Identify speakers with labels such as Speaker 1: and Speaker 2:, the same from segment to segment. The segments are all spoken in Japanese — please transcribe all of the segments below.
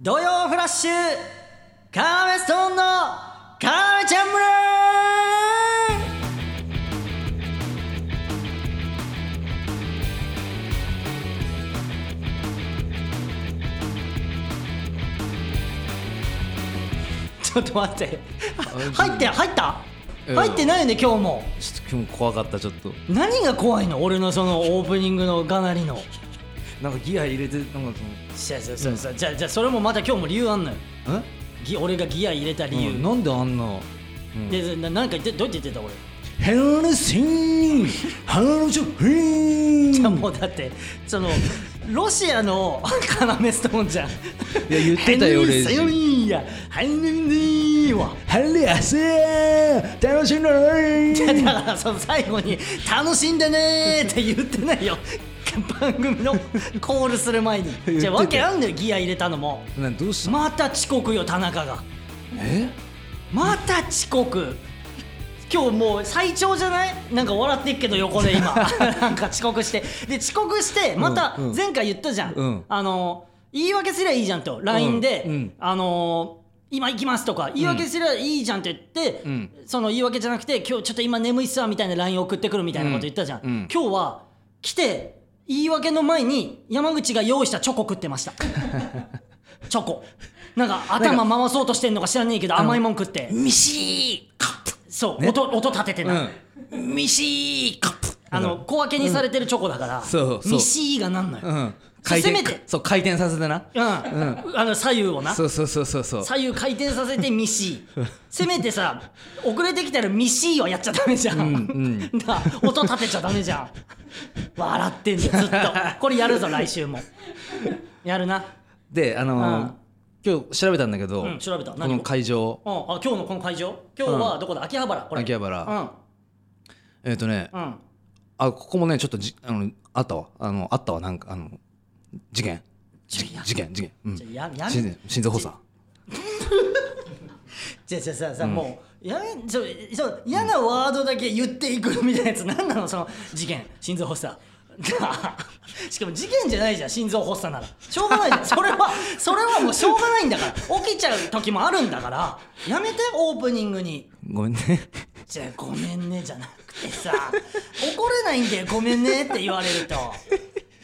Speaker 1: 土曜フラッシュカーメストーンのカーメちゃん村ちょっと待って入って入った
Speaker 2: うん
Speaker 1: 入ってないよね今日も
Speaker 2: ちょっと今日怖かったちょっと
Speaker 1: 何が怖いの俺のそのオープニングのがなりの
Speaker 2: なんかギア入れてなんかその
Speaker 1: そうそうそうそうじゃあじゃあそれもまた今日も理由あんのよ
Speaker 2: え
Speaker 1: ギ俺がギア入れた理
Speaker 2: 理
Speaker 1: 由、
Speaker 2: 由、なんであんな、うん
Speaker 1: でななんか言ってどうやって言ってた俺
Speaker 2: ヘルルシンハルショフィ
Speaker 1: じゃあ
Speaker 2: ン
Speaker 1: もうだってそのロシアの要ストーンじゃんいや
Speaker 2: 言ってたよ
Speaker 1: ヘ
Speaker 2: 俺
Speaker 1: ンリー・セヨリーやヘンリーは
Speaker 2: ハルヤセ楽しんだ
Speaker 1: だ
Speaker 2: ね
Speaker 1: からその最後に「楽しんでね」って言ってないよ番組のコールする前
Speaker 2: 言って
Speaker 1: に
Speaker 2: た
Speaker 1: じゃあわけあんだよギア入れたのも
Speaker 2: なんどうした、
Speaker 1: また遅刻よ田中が
Speaker 2: え
Speaker 1: また遅刻今日もう最長じゃないなんか笑ってっけど横で 今なんか遅刻してで遅刻してまた
Speaker 2: うんうん
Speaker 1: 前回言ったじゃん、
Speaker 2: うん
Speaker 1: あの言い訳すりゃいいじゃんと LINE で、
Speaker 2: うん
Speaker 1: あの今行きますとか言い訳すりゃいいじゃんって言って、
Speaker 2: うん
Speaker 1: その言い訳じゃなくて今日ちょっと今眠いっすわみたいな LINE 送ってくるみたいなこと言ったじゃん、
Speaker 2: うんうん
Speaker 1: 今日は来て言い訳の前に山口が用意したチョコ食ってま したチョコなんか頭回そうとしてんのか知らねえけど甘いもん食って
Speaker 2: ミシーカ
Speaker 1: そう、
Speaker 2: ね
Speaker 1: 音音立ててない、
Speaker 2: プうんミシーカップ
Speaker 1: あの小分けにされてるチョコだから、
Speaker 2: そうそう
Speaker 1: ミシーがなんのよ、う
Speaker 2: うんん
Speaker 1: せめて
Speaker 2: そう回転させてな
Speaker 1: あの左右をな
Speaker 2: そうそうそうそうそう
Speaker 1: 左右回転させてミシー せめてさ遅れてきたらミシーはやっちゃダメじゃん、
Speaker 2: ん
Speaker 1: だから 音立てちゃダメじゃん笑ってん だよずっとこれやるぞ来週もやるな
Speaker 2: であのー今日調べたんだけど、
Speaker 1: うん調べた
Speaker 2: こ
Speaker 1: 何を
Speaker 2: の会場
Speaker 1: うん、あ今日のこの会場今日はどこだ、秋葉原これ
Speaker 2: 秋葉原えっ、とね
Speaker 1: うんうん
Speaker 2: あここもねちょっとじあのあったわあのあったわなんかあの事件じ事件事件、うん、
Speaker 1: じゃあややめ
Speaker 2: 心心臓発 作
Speaker 1: じゃあじゃあささ、もうやめちょちょ嫌なワードだけ言っていくみたいなやつ何なのその事件心臓発作 しかも事件じゃないじゃん心臓発作ならしょうがないじゃんそれはそれはもうしょうがないんだから起きちゃう時もあるんだからやめてオープニングに
Speaker 2: ごめんね
Speaker 1: じゃあごめんねじゃなくてさ怒れないんだよごめんねって言われると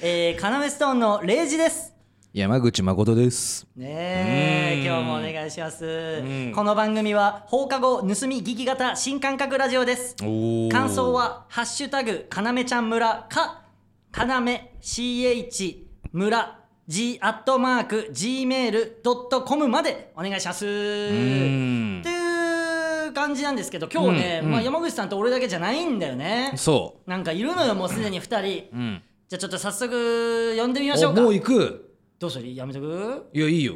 Speaker 1: えー、カナメストーンの0時です
Speaker 2: 山口誠です
Speaker 1: ねえ
Speaker 2: うん
Speaker 1: 今日もお願いします
Speaker 2: ん
Speaker 1: この番組は放課後盗み聞き型新感覚ラジオです
Speaker 2: お
Speaker 1: 感想は「ハッシュタグかなめちゃん村」か「かなめ CH 村 G」アットマーク Gmail.com までお願いします
Speaker 2: ん
Speaker 1: っていう感じなんですけど今日ね、
Speaker 2: うんうん
Speaker 1: まあ、山口さんと俺だけじゃないんだよね
Speaker 2: そ
Speaker 1: なんかいるのよもうすでに2人
Speaker 2: ううん
Speaker 1: じゃあちょっと早速呼んでみましょ
Speaker 2: お
Speaker 1: うか
Speaker 2: もう行く
Speaker 1: どうするやめとく
Speaker 2: いやいいよ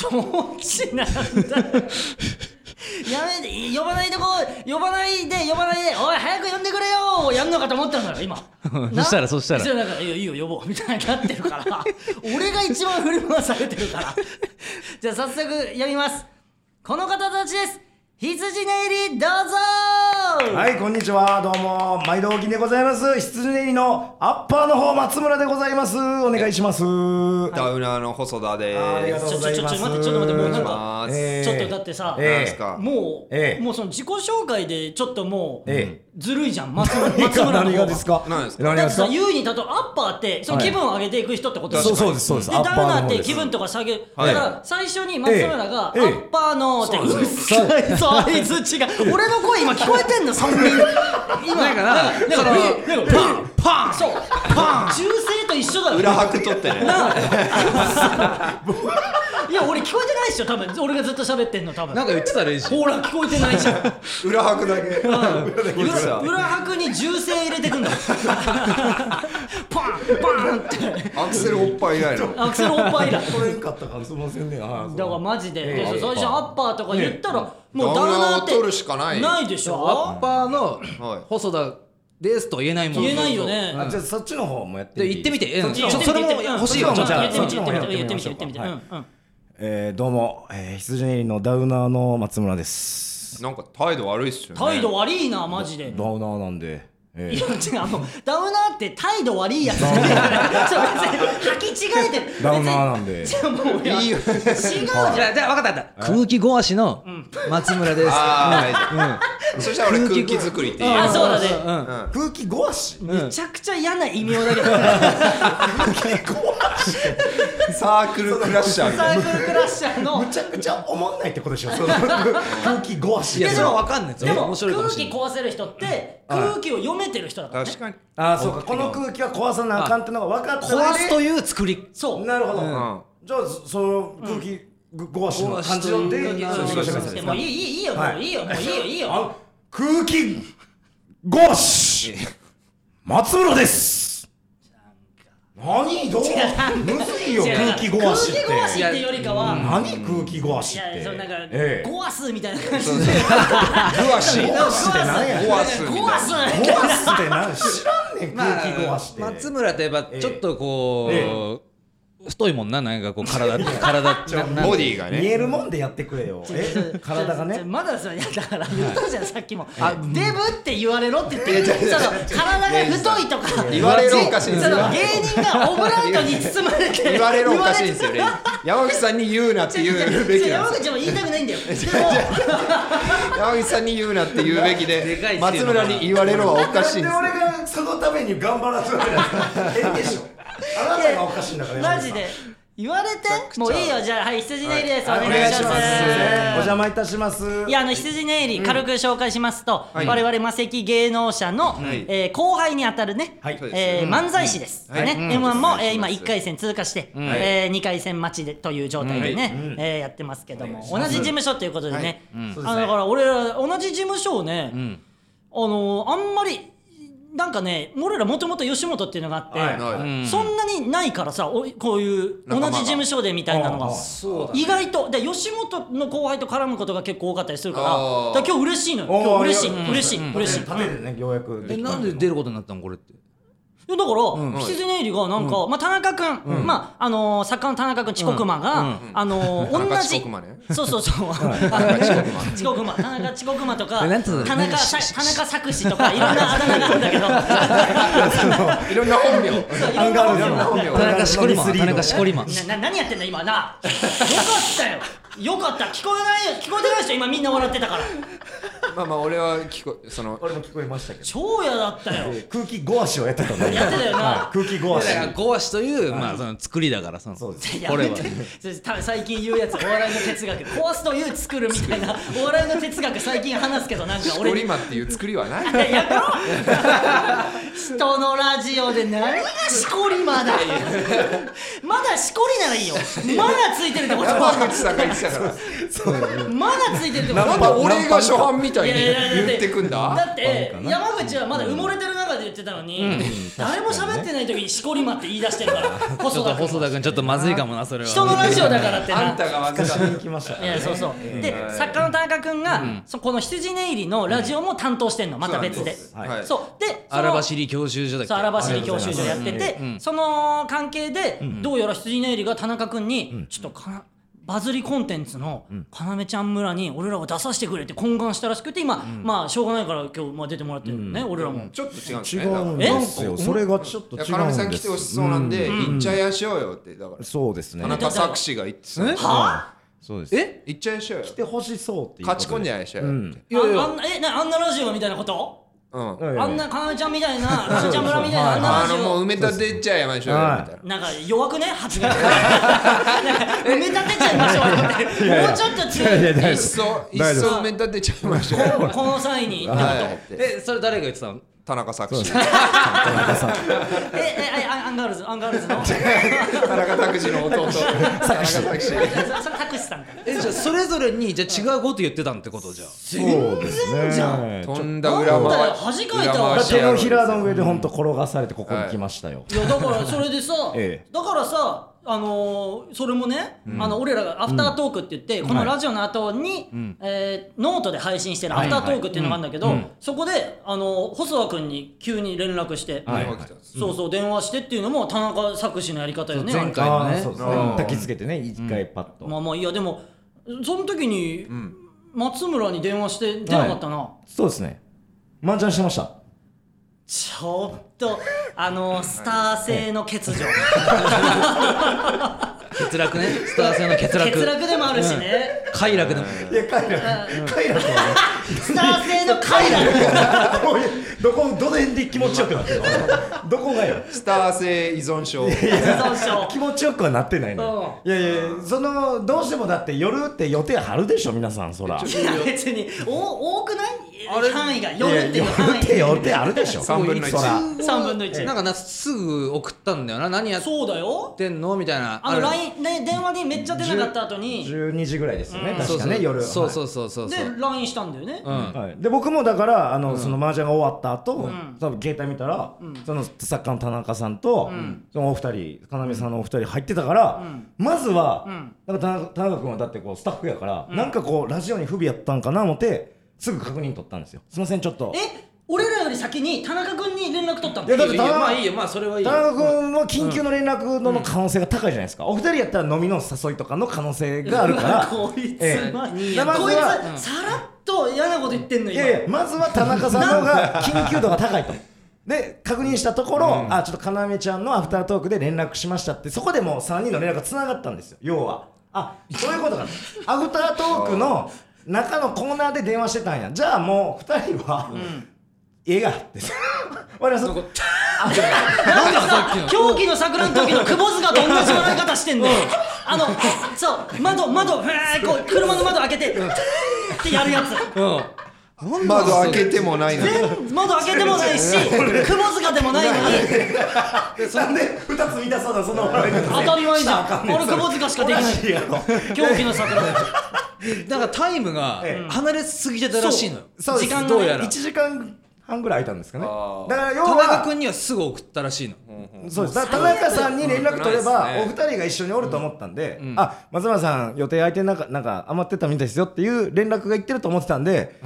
Speaker 1: どっちなんだやめて呼ばないとこ呼ばないで呼ばないでおい早く呼んでくれよやんのかと思ったんだよ今な
Speaker 2: そしたらそしたら
Speaker 1: そなんかいいよいいよ呼ぼうみたいになってるから俺が一番振り回されてるからじゃあ早速呼びますこの方たちです羊ねいりどうぞ
Speaker 3: はい、こんにちは。どうも、毎度おきでございます。羊ねりのアッパーの方、松村でございます。お願いします。
Speaker 4: ダウナーの細田で
Speaker 3: ありが
Speaker 4: す。
Speaker 3: とうございます。
Speaker 1: ちょちょちょ待ってちょっと待ってもうなん
Speaker 4: か
Speaker 3: えー
Speaker 1: ちょっとだってさ
Speaker 3: えー
Speaker 4: なんすか
Speaker 1: もう、
Speaker 3: ええ
Speaker 1: もうその自己紹介でちょっともう、
Speaker 3: え
Speaker 1: ずるいじゃん松村
Speaker 3: え。何
Speaker 1: 松村
Speaker 3: が、
Speaker 1: の方
Speaker 3: 何が
Speaker 1: が
Speaker 3: ですか
Speaker 4: 何ですか
Speaker 3: 何
Speaker 1: だ
Speaker 3: が
Speaker 1: って
Speaker 3: です
Speaker 1: さ
Speaker 3: か
Speaker 1: 優に例えばアッパーってその気分を上げていく人ってことで
Speaker 3: そう
Speaker 1: しょ
Speaker 3: そうです、そうです。
Speaker 1: で
Speaker 3: ア
Speaker 1: ダウ
Speaker 3: ッパーの
Speaker 1: ナー
Speaker 3: 方
Speaker 1: っ
Speaker 3: で
Speaker 1: て
Speaker 3: す。
Speaker 1: 気分とか下げるだ
Speaker 4: はい
Speaker 1: から最初に松村が「ア
Speaker 3: ええええ
Speaker 1: ッパーの」ってうっさいそうあいつ違う俺の声今聞こえてんの3人 今なんかななんかなんかパンパンそうパン中性と一緒だよ
Speaker 4: 裏拍取ってね。
Speaker 1: いや俺聞こえてないっしょ多分俺がずっと喋ってんの多分
Speaker 2: なんか言ってたらいいし
Speaker 1: ほら聞こえてないじゃん
Speaker 4: 裏拍だけ。
Speaker 1: 裏
Speaker 4: 裏
Speaker 1: 裏拍に銃声入れてくん だパンパンって
Speaker 4: アクセルおっぱい以外の。
Speaker 1: アクセルおっぱいだ
Speaker 3: 取れんかったから、すみませんね。あー
Speaker 1: だからマジで、で最初アッパーとか言ったら、もうダ
Speaker 4: ダ
Speaker 1: ウ
Speaker 4: ウ
Speaker 1: ナ
Speaker 4: ナ
Speaker 1: ー
Speaker 4: ー
Speaker 1: っ
Speaker 4: を
Speaker 1: て
Speaker 4: 取るしかない
Speaker 1: ないでし
Speaker 2: アッ
Speaker 1: ょ
Speaker 2: パーの
Speaker 4: はい
Speaker 2: 細田ですとは言えないもん
Speaker 1: 言えないよね
Speaker 2: うん
Speaker 3: あじゃあ、そっちの方もやって
Speaker 2: で
Speaker 3: みていい。
Speaker 2: 言ってみて、
Speaker 1: 言
Speaker 2: うん
Speaker 1: ってみて
Speaker 2: それも
Speaker 1: 言ってみて
Speaker 2: 欲しいわ
Speaker 1: うん
Speaker 2: じゃあ
Speaker 1: 言ってみて
Speaker 3: そっちの方やってみ
Speaker 1: 言ってみ
Speaker 3: ま
Speaker 1: て
Speaker 3: しょ
Speaker 1: 言
Speaker 3: う
Speaker 1: ってみて
Speaker 3: はい
Speaker 1: うんうん
Speaker 3: えーどうも、えー羊ねりのダウナーの松村です。
Speaker 4: なんか態度悪いっすよね。
Speaker 1: 態度悪いなマジで
Speaker 3: ダウナーなんで。え
Speaker 1: いや違うもうダウナーって態度悪いやつ そう別に履き違えてる
Speaker 3: ダウナーなんで
Speaker 1: 別に違うもういや違うじゃん
Speaker 2: じゃあじゃあ分かった分かった空気ごわしの松村 です、
Speaker 4: ああ、そしたら俺空気作りっていう。
Speaker 1: あそうだね
Speaker 2: うん
Speaker 3: 空気ごわし
Speaker 1: めちゃくちゃ嫌な異名だけど
Speaker 4: サークルクラッシャーみ
Speaker 1: サ
Speaker 4: たいな。
Speaker 1: ークルクラッシャー の
Speaker 3: むちゃくちゃ思んないってことでしょその空気ごわし
Speaker 2: いや
Speaker 1: で
Speaker 2: それ
Speaker 1: も
Speaker 2: は分かんないです
Speaker 1: で
Speaker 2: よ
Speaker 1: も
Speaker 2: 面白いかも
Speaker 1: 空
Speaker 2: し
Speaker 1: 気
Speaker 2: れない
Speaker 1: 壊せる人って空気を読めてる人だからね
Speaker 4: 確かに。
Speaker 3: ああそうかこの空気は壊さなあかんってのが分かった上で
Speaker 2: 壊すという作り
Speaker 1: そう
Speaker 3: なるほど、
Speaker 4: ん
Speaker 3: じゃあそその空気ごわしの感じ
Speaker 2: ご
Speaker 3: の
Speaker 2: わしと
Speaker 3: で
Speaker 2: いう
Speaker 3: そういう
Speaker 2: 空気
Speaker 3: 人が
Speaker 1: い
Speaker 3: いたん
Speaker 1: や
Speaker 3: です
Speaker 1: も
Speaker 3: か
Speaker 1: ういいいいいいよ、
Speaker 3: はい
Speaker 1: もういいよもうい いよいいよ
Speaker 3: あの空気ごわし松村です何どうむずいよ
Speaker 1: 違う
Speaker 3: 空気ごわしって
Speaker 1: 空気ごわしってよりかは、
Speaker 3: 何空気ごわ
Speaker 1: い
Speaker 3: しって
Speaker 1: やそうなんか、
Speaker 3: ええ
Speaker 1: ゴアスみたいな感じで
Speaker 4: グワシ。
Speaker 1: ゴ
Speaker 3: アスって何や
Speaker 4: ゴアスみたいな
Speaker 1: ゴアス
Speaker 3: ごわすって何知らんねん
Speaker 2: ま
Speaker 3: 空気ごわしって、
Speaker 2: あ、松村といえばちょっとこう、
Speaker 3: え
Speaker 2: 太いもんななんかこう体体ってなな
Speaker 4: ボディが
Speaker 3: 見
Speaker 4: ね。
Speaker 3: えるもんでやってくれよえ体が
Speaker 1: ちょちょ
Speaker 3: ね
Speaker 1: まださいやだから言ったじゃんさっきもデブって言われろって言ってその体が太いとか
Speaker 4: 言われろおかしいんで
Speaker 1: そ
Speaker 4: すよ
Speaker 1: の。芸人がオブラートに包まれて
Speaker 4: 言われるおかしいんですよ
Speaker 1: 言
Speaker 4: ね
Speaker 1: われて。
Speaker 4: 山口さんに言うなって言うべきなん
Speaker 1: 山
Speaker 4: ですよ。
Speaker 1: 口も言いたくないんだよでも
Speaker 4: 山口さんに言うなって言うべき
Speaker 2: でかいっす
Speaker 4: で、
Speaker 2: よ
Speaker 4: 松村に言われるはおかしいんですよ
Speaker 3: なん。で俺がそのために頑張らせられない変でしょあなたがおかしいんだから
Speaker 1: マジで言われてもういいよじゃあはい羊ネイリです、
Speaker 3: はい
Speaker 1: お願いし
Speaker 3: お
Speaker 1: ま
Speaker 3: 願いしますお
Speaker 1: す
Speaker 3: 邪魔いたします
Speaker 1: いやあの羊ネイリ軽く紹介しますと、
Speaker 4: はい
Speaker 1: 我々魔石芸能者の、
Speaker 4: い
Speaker 1: えー後輩にあたるね、
Speaker 3: はいそうです
Speaker 1: えー漫才師です、
Speaker 4: はい
Speaker 1: ね、
Speaker 4: うん
Speaker 1: m 1も、えー
Speaker 4: お
Speaker 1: 今
Speaker 4: 願いします
Speaker 1: 1回戦通過して、
Speaker 4: はい
Speaker 1: え2回戦待ちでという状態でね、えーやってますけども同じ事務所ということでね、
Speaker 3: そうで
Speaker 1: あの
Speaker 3: すね
Speaker 1: だから俺ら同じ事務所をね、
Speaker 2: ん
Speaker 1: あのーあんまりなんかね俺らもともと吉本っていうのがあって、
Speaker 3: はい
Speaker 4: は
Speaker 2: ん
Speaker 4: い
Speaker 1: そんなにないからさおこういう同
Speaker 4: 仲間が
Speaker 1: じ事務所でみたいなの
Speaker 3: あ
Speaker 1: が
Speaker 3: あ
Speaker 1: 意外とで吉本の後輩と絡むことが結構多かったりするから
Speaker 4: あー
Speaker 1: だから今日嬉しいのよ
Speaker 3: おー
Speaker 1: 今日嬉しい
Speaker 3: ありがとう
Speaker 1: 嬉しい嬉しい。
Speaker 3: 食べてねようやく
Speaker 2: え
Speaker 3: きた
Speaker 2: なんで出ることになったのこれって
Speaker 1: いやだから、羊ネイリがなんか、まあ、田中君、まあ、あのー作家の田中君、遅刻魔が、あのー
Speaker 4: 田中
Speaker 1: 同
Speaker 4: 遅
Speaker 1: じ
Speaker 4: 刻魔ね。
Speaker 1: そうそうそう。遅刻魔、田中遅刻魔とか、
Speaker 2: え
Speaker 1: 田
Speaker 2: なんていうの
Speaker 1: 中さ、田中作詞とか、いろんなあだ名があるんだけど。
Speaker 4: いろんな本名。
Speaker 1: そうい
Speaker 3: ア
Speaker 1: ろ
Speaker 3: ン
Speaker 1: んな本名
Speaker 3: ガールズの本名
Speaker 2: 田中しこりマン田中しこりマン
Speaker 1: なな何やってんだ今なあよかったよよかった聞こえない聞こえてない人今みんな笑ってたから
Speaker 4: まあまあ俺は聞こその
Speaker 3: 俺も聞こえましたけど
Speaker 1: 超嫌だったよ
Speaker 3: 空気ごわしをやってたん だ
Speaker 1: やってたよな
Speaker 3: はい空気ごわし
Speaker 2: だからごわしという、まあその作りだからその
Speaker 3: そうです
Speaker 1: や
Speaker 2: これ
Speaker 1: め
Speaker 2: は
Speaker 1: てそれた最近言うやつお笑いの哲学壊すという作るみたいなお笑いの哲学最近話すけどなんか俺
Speaker 4: 俺今っていう作りはない。
Speaker 1: いややめろ人のラジオで何がしこりまだまだしこりならいいよまだついてるってこと
Speaker 4: 山
Speaker 1: は
Speaker 4: 口さんが言ってたから。
Speaker 1: まだついてるってこと
Speaker 4: なんで俺が初版みたいに
Speaker 1: いやいやいやだって
Speaker 4: 言ってくんだ。
Speaker 1: だって山口はまだ埋もれてる中で言ってたのに、誰も喋ってない時にしこりまって言い出してるから
Speaker 2: ちょ
Speaker 1: 細
Speaker 2: っと
Speaker 1: 田君
Speaker 2: 細田君ちょっとまずいかもなそれは
Speaker 1: 人のラジオだからって
Speaker 4: あん
Speaker 1: な
Speaker 4: たがわずか
Speaker 3: に行きましたか
Speaker 1: い
Speaker 3: ら
Speaker 1: や
Speaker 3: ね
Speaker 1: そうそうで作家の田中君が、そこの羊ネイリのラジオも担当してんのまた別で
Speaker 4: そう
Speaker 1: そう
Speaker 4: なん
Speaker 3: はい
Speaker 4: で
Speaker 1: で
Speaker 4: す
Speaker 1: その
Speaker 2: 荒走り教習所だっけ
Speaker 1: そう荒走り教習所やってて、その関係で、どうやら羊ネイリが田中君に、ちょっとかなバズりコンテンツの要ちゃん村に俺らを出させてくれって懇願したらしくて今、まあしょうがないから今日まあ出てもらってるね、俺らも、
Speaker 4: ちょっと違うんです
Speaker 3: 違
Speaker 4: ね。
Speaker 3: うん
Speaker 1: え
Speaker 3: ですよそれがちょっと
Speaker 4: いや、
Speaker 3: 違うんです
Speaker 4: かなめさん来てほしそうなんで、行っちゃいやしようよって、だから。
Speaker 3: そうですね
Speaker 4: 田中作詞が言ってたの。
Speaker 1: は
Speaker 3: そうです
Speaker 2: え
Speaker 4: 行っちゃいやしようよ。
Speaker 3: 来てほしそうっていうこと
Speaker 4: 勝ち込んじゃいやしようよって。
Speaker 1: ああんなえなあんなラジオみたいなこと
Speaker 4: うん。
Speaker 3: いやいや
Speaker 1: あんなかなめちゃんみたいなかなめちゃん村みたいなあんな
Speaker 4: あ
Speaker 1: ラジ
Speaker 4: の、もう
Speaker 1: オ
Speaker 4: 埋め立てちゃいましょうよみたいな。
Speaker 1: なんか弱くね発言なんか埋め立てちゃいましょうってもうちょっと強い
Speaker 3: いやいや
Speaker 4: いっそ、いっ
Speaker 3: 大丈
Speaker 4: そ
Speaker 3: 夫
Speaker 4: 埋め立てちゃいましょうよ。
Speaker 1: この際に
Speaker 4: はいって。
Speaker 2: えそれ誰が言ってたの
Speaker 4: 田中作詞。
Speaker 1: えええあアンガールズアンガールズのそ
Speaker 4: 田中拓司の弟。田中作詞。
Speaker 1: れそれタクシさんか
Speaker 2: えじゃあそれぞれにじゃあ違うこと言ってたんってことじゃあ
Speaker 3: そうですね
Speaker 1: じゃ
Speaker 4: とんだ裏
Speaker 1: なんだよ
Speaker 4: 回
Speaker 1: 恥
Speaker 4: し。
Speaker 1: かいた
Speaker 4: 裏
Speaker 1: わ
Speaker 4: 回し
Speaker 3: 手
Speaker 4: 野郎
Speaker 3: の
Speaker 4: です
Speaker 3: ひらの上で本当転がされてここに来ましたよ
Speaker 1: いやだからそれでさ、
Speaker 3: ええ
Speaker 1: だからさあのーそれもね、あの俺らがアフタートークって言って、このラジオの後に、えーノートで配信してるアフタートークっていうのがあるんだけど、そこであのー細田君に急に連絡して、
Speaker 3: はい
Speaker 4: 電話来たんです
Speaker 1: そうそう電話してっていうのも田中作詞のやり方よね。
Speaker 2: 前回
Speaker 3: あ
Speaker 2: の
Speaker 3: あ
Speaker 2: ね
Speaker 3: そうですね
Speaker 4: うん
Speaker 3: 焚きつけてね一回パッ
Speaker 1: あれ
Speaker 3: と
Speaker 1: まあまあいやでもその時に松村に電話して出なかったな。
Speaker 3: そうですね麻雀してました
Speaker 1: ちょっとあのスター性の欠如
Speaker 2: 欠落ねスター性の欠落
Speaker 1: 欠落でもあるしね、
Speaker 2: 快楽でも
Speaker 3: いや、快楽。快楽はね。
Speaker 1: スター性の快 楽
Speaker 3: どういうどこ、どの辺で気持ちよくなってるのどこがよ。
Speaker 4: スター性依存症
Speaker 1: 依存症
Speaker 3: 気持ちよくはなってないのよ。いやいや、その、どうしてもだって夜って予定張るでしょ、皆さん、そら。
Speaker 1: いや別にお多くない
Speaker 2: あれ
Speaker 1: 範囲が
Speaker 3: いや
Speaker 1: 夜っていう範
Speaker 3: 夜って予
Speaker 1: 囲
Speaker 3: 定あるでしょ。
Speaker 4: 3分の
Speaker 3: そら
Speaker 4: 1
Speaker 1: 三分の一
Speaker 2: なんかなすぐ送ったんだよな何やっ
Speaker 1: そうだよ
Speaker 2: てんのみたいな
Speaker 1: あの
Speaker 2: れ
Speaker 1: LINE ね電話でめっちゃ出なかった後に
Speaker 3: 12時ぐらいですよね、
Speaker 2: そ
Speaker 3: 確
Speaker 2: う
Speaker 3: か
Speaker 2: そう
Speaker 3: ね、夜。。
Speaker 2: そうそううそうそう
Speaker 1: で
Speaker 2: そう
Speaker 1: LINE したんだよね
Speaker 2: うん
Speaker 3: はい、で僕もだからあの、その麻雀が終わった後、
Speaker 1: ん
Speaker 3: 多分携帯見たら、その作家の田中さんと、そのお二人要さんのお二人入ってたから、まずは、
Speaker 1: ん
Speaker 3: なんか田中田中君はだってこうスタッフやから、なんかこうラジオに不備やったんかな思ってすぐ確認取ったんですよすいませんちょっと
Speaker 1: え俺らより先に田中君に連絡取ったの
Speaker 3: いやだって
Speaker 2: いいよまあいいよまあそれはいい
Speaker 3: 田
Speaker 2: よ
Speaker 3: 中君は緊急の連絡の可能性が高いじゃないですか、お二人やったら飲みの誘いとかの可能性があるから
Speaker 1: こいつ、
Speaker 3: ええ
Speaker 1: まあ
Speaker 2: いい
Speaker 3: や
Speaker 1: こいつ、
Speaker 3: まずは
Speaker 1: さらっと嫌なこと言ってんの
Speaker 3: い
Speaker 1: 今
Speaker 3: やいやまずは田中さんの方が緊急度が高いと。で確認したところ、あちょっと要ちゃんのアフタートークで連絡しましたってそこでもう3人の連絡がつながったんですよ要はあそういうこ とかアフタートークの中のコーナーで電話してたんやじゃあもう2人は、映画って 我々そこ
Speaker 1: なんか
Speaker 2: さっきの
Speaker 1: さ狂気の桜の時の久保塚と同じ笑い方してんのよあのそう窓窓ふーこう車の窓開けてってやるやつ
Speaker 2: うん
Speaker 4: 窓開けてもないのに
Speaker 1: 全窓開けてもないし久保塚でもないのに
Speaker 3: なんで2つ見たそうなその笑い方
Speaker 1: 当たり前じゃん 俺久保塚しか できない
Speaker 3: いやろ
Speaker 1: 狂気の桜
Speaker 2: だからタイムが
Speaker 3: ええ
Speaker 2: 離れすぎてたらしいのよ
Speaker 3: そうです
Speaker 1: 時間がね
Speaker 2: どうやら
Speaker 3: 1時間半ぐらい空いたんですかね
Speaker 4: あー
Speaker 3: だから要
Speaker 2: 田
Speaker 3: は
Speaker 2: 中君にはすぐ送ったらしいの
Speaker 3: そうですだから田中さんに連絡取れば、
Speaker 4: うん
Speaker 3: お二人が一緒におると思ったんで、あ松村さん予定空いてなんかなんか余ってたみたいですよっていう連絡がいってると思ってたんで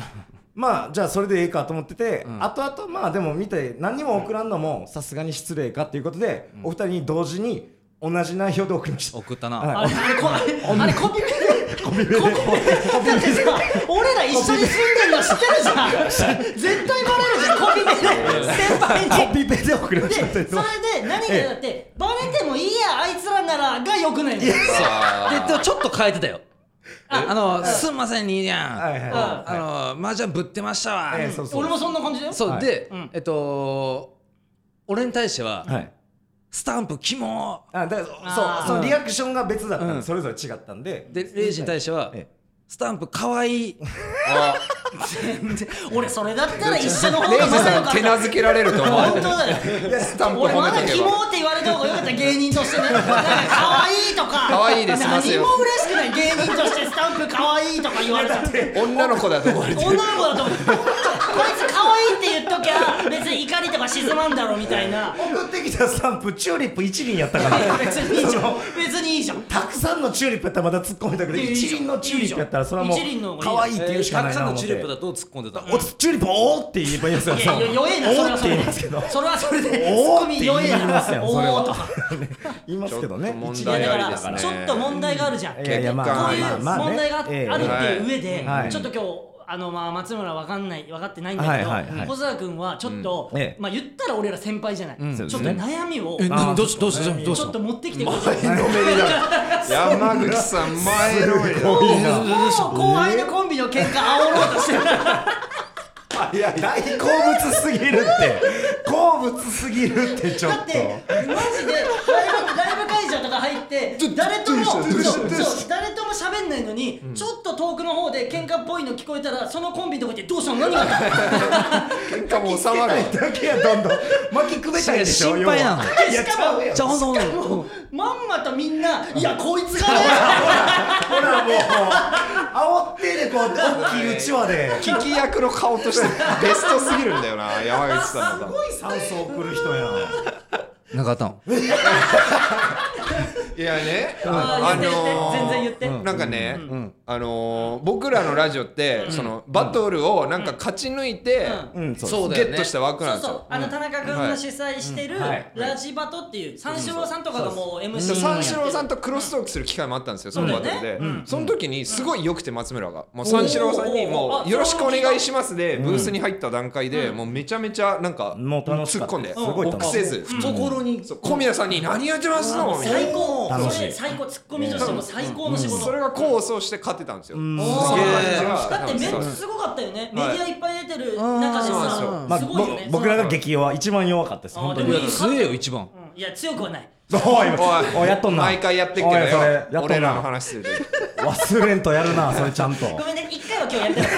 Speaker 3: まあじゃあそれでいいかと思ってて、後々まあでも見て何にも送らんのもさすがに失礼かっていうことで、お二人に同時に同じ内容で送りました。
Speaker 2: 送ったな、
Speaker 1: あれあれこあれあれコピペでコピペでだってさ俺ら一緒に住んでんの知ってるじゃん絶対バレるじゃんコピペで先輩に
Speaker 3: コピペで送りま
Speaker 1: で
Speaker 3: した
Speaker 1: それで何がだってバレてもいいやあいつらならがよくないの
Speaker 2: ででもちょっと変えてたよああの、すんません兄ちゃん、
Speaker 3: はいはい
Speaker 1: は
Speaker 2: あの麻雀ぶってましたわ、
Speaker 3: ええそうそう
Speaker 1: 俺もそんな感じだよ
Speaker 2: そう、
Speaker 3: はい
Speaker 2: で、
Speaker 1: うん
Speaker 2: えっと俺に対しては、
Speaker 3: はい
Speaker 2: スタンプキモ
Speaker 3: あだから
Speaker 1: あー
Speaker 3: そうそのリアクションが別だったんで、
Speaker 2: うん
Speaker 3: それぞれ違ったんで
Speaker 2: ーでレイジに対しては、
Speaker 3: ええ
Speaker 2: スタンプかわいい
Speaker 1: 全然俺それだったら一緒の方
Speaker 4: レイ
Speaker 1: が
Speaker 4: ジ
Speaker 1: まだ
Speaker 4: さ
Speaker 1: よ
Speaker 4: ん
Speaker 1: かっ
Speaker 4: 手
Speaker 1: た
Speaker 4: なずけられると思
Speaker 1: 本
Speaker 4: う
Speaker 1: 当だよ
Speaker 4: スタンプ
Speaker 1: 俺ま
Speaker 4: 褒
Speaker 1: だ
Speaker 4: めと
Speaker 1: キ
Speaker 4: け
Speaker 1: モ
Speaker 4: ば
Speaker 1: って言われた方がよかった芸人として ねなんか可愛いとか
Speaker 4: 可愛いですます
Speaker 1: 何
Speaker 4: よ
Speaker 1: も嬉しくない芸人としてスタンプ可愛いとか言われたら
Speaker 4: 女の子だと思われて
Speaker 1: 女の子だと思うこいつ可愛いって言っときゃ別に怒りとか沈まんだろみたいな
Speaker 3: 送ってきたスタンプチューリップ一輪やったから
Speaker 1: 別にいいじゃん別にいいじゃん
Speaker 3: たくさんのチューリップやったらまだ突っ込めたけど
Speaker 1: いいじゃん
Speaker 3: 一輪のチューリップやったらそれはもう
Speaker 1: いいじゃん一輪の方がいい
Speaker 3: 可愛いって言うしか
Speaker 2: た
Speaker 3: な
Speaker 2: く
Speaker 3: い
Speaker 2: さ
Speaker 3: なん
Speaker 2: の
Speaker 3: 思っ
Speaker 2: チューリップだ
Speaker 3: て
Speaker 2: と突っ込んでた
Speaker 3: おチューリップおーって言えばいいんですよ
Speaker 1: いやいや弱えなそれ
Speaker 3: おー
Speaker 1: は
Speaker 3: っ
Speaker 1: それで
Speaker 3: て言いますけど
Speaker 1: それはそれで
Speaker 3: お
Speaker 1: ツ
Speaker 3: ー
Speaker 1: ッ
Speaker 3: っ
Speaker 1: コ
Speaker 3: て
Speaker 1: ミ
Speaker 3: 言
Speaker 1: 弱え
Speaker 3: います
Speaker 1: な
Speaker 3: よ
Speaker 1: お
Speaker 3: それは
Speaker 1: ーとか
Speaker 3: 言いますけど
Speaker 4: ちょ
Speaker 3: ね
Speaker 4: っと問
Speaker 3: 一
Speaker 1: いや
Speaker 3: 輪
Speaker 1: だ
Speaker 4: 題
Speaker 1: か
Speaker 4: あ
Speaker 1: ら
Speaker 4: りですね
Speaker 1: ちょっと問題があるじゃん
Speaker 3: いやいやまあ
Speaker 1: こ
Speaker 3: ま
Speaker 1: う
Speaker 3: あ
Speaker 1: いう
Speaker 3: まあまあ
Speaker 1: 問題があ
Speaker 3: ね
Speaker 1: るっていう上で、
Speaker 3: はい
Speaker 1: ちょっと今日あのまあ松村わかんない分かってないんだけど、
Speaker 3: はいはいはい
Speaker 1: 小沢君はちょっと、
Speaker 3: うんええ
Speaker 1: まあ言ったら俺ら先輩じゃない、
Speaker 3: ん
Speaker 1: ちょっと
Speaker 3: そうですね
Speaker 1: 悩みを
Speaker 2: え
Speaker 1: ち
Speaker 2: などうしどうしたどうし
Speaker 1: ょったと持ってきてください。
Speaker 4: のめりだ山口さん前のめりだ
Speaker 1: もう後輩のコンビの喧嘩煽ろうと してる。
Speaker 3: いや大好物すぎるって好物すぎるってちょ
Speaker 1: だ
Speaker 3: っ
Speaker 1: っ
Speaker 3: と
Speaker 1: てマジでライブライブ会場とか入って誰ともそうそう誰とも喋んないのにちょっと遠くの方で喧嘩っぽいの聞こえたらそのコンビのとこ行ってどうしたの何があったの
Speaker 4: 喧嘩も収ま る
Speaker 3: だけやどんどん巻きくべたいでしょ
Speaker 2: 心配なの
Speaker 3: 要は
Speaker 1: で
Speaker 3: いや
Speaker 1: し
Speaker 3: ちゃ
Speaker 1: か
Speaker 3: う
Speaker 1: も
Speaker 3: やん
Speaker 2: じゃあほんとほんと
Speaker 1: もうまんまとみんないやこいつがね
Speaker 3: ほらもう煽ってでこう大きいうちわで
Speaker 4: 聞き役の顔としてベストすぎるんだよな山口さんの
Speaker 3: 酸素送る人やん
Speaker 2: なんかあったの
Speaker 4: いやね、
Speaker 1: あー言って言って全然言って
Speaker 4: なんかね、あのー僕らのラジオって、そのバトルをなんか勝ち抜いて、
Speaker 3: うんうんそうです
Speaker 4: そう
Speaker 2: だ
Speaker 4: ゲ
Speaker 2: よね
Speaker 4: ットした枠
Speaker 1: そ
Speaker 4: な
Speaker 1: うん
Speaker 4: です
Speaker 1: そう
Speaker 4: よ。
Speaker 1: あの田中君が主催してる
Speaker 3: はい
Speaker 1: ラジバトっていう三四郎さんとかがもう MC
Speaker 4: そう三四郎さん
Speaker 1: と
Speaker 4: とクロストークする機会もあったんですよ、そのバトルで
Speaker 1: そうだよね、
Speaker 4: その時にすごい良くて、松村が、もう三四郎さんに、も
Speaker 1: おー
Speaker 4: うよろしくお願いしますで、ブースに入った段階で、もうめちゃめちゃなんか、
Speaker 3: もう楽し
Speaker 4: 突
Speaker 3: か
Speaker 4: っ
Speaker 3: った
Speaker 4: 込んで、
Speaker 3: すごい楽
Speaker 4: 臆
Speaker 3: し
Speaker 4: せず、
Speaker 1: 懐に
Speaker 4: そう小宮さんに、何やってますのみたい
Speaker 1: 最
Speaker 4: な。
Speaker 1: 高
Speaker 3: 楽しい
Speaker 1: それ最高ツッコミとしても最高の仕事
Speaker 4: それが功を奏して勝てたんですよ。
Speaker 1: お
Speaker 4: すげ
Speaker 1: ー
Speaker 4: え
Speaker 1: だってメンツすごかったよねメデ
Speaker 4: はい
Speaker 1: ィアいっぱい出てる中で
Speaker 4: そう
Speaker 1: さ
Speaker 3: まあ、
Speaker 1: す
Speaker 3: ぼ
Speaker 1: ごいよね
Speaker 3: 僕らが激弱一番弱かったです
Speaker 1: あー
Speaker 3: 本当
Speaker 1: で
Speaker 3: に
Speaker 1: も
Speaker 2: いや強えよ一番
Speaker 1: うんいや強くはない
Speaker 3: おいおいやっとんな
Speaker 4: 毎回やってっけど
Speaker 3: おいそれやっと
Speaker 4: よ
Speaker 3: んな
Speaker 4: 俺らの話 すると
Speaker 3: 忘れんとやるなそれちゃんと
Speaker 1: ごめんね一回は今日やりたかっ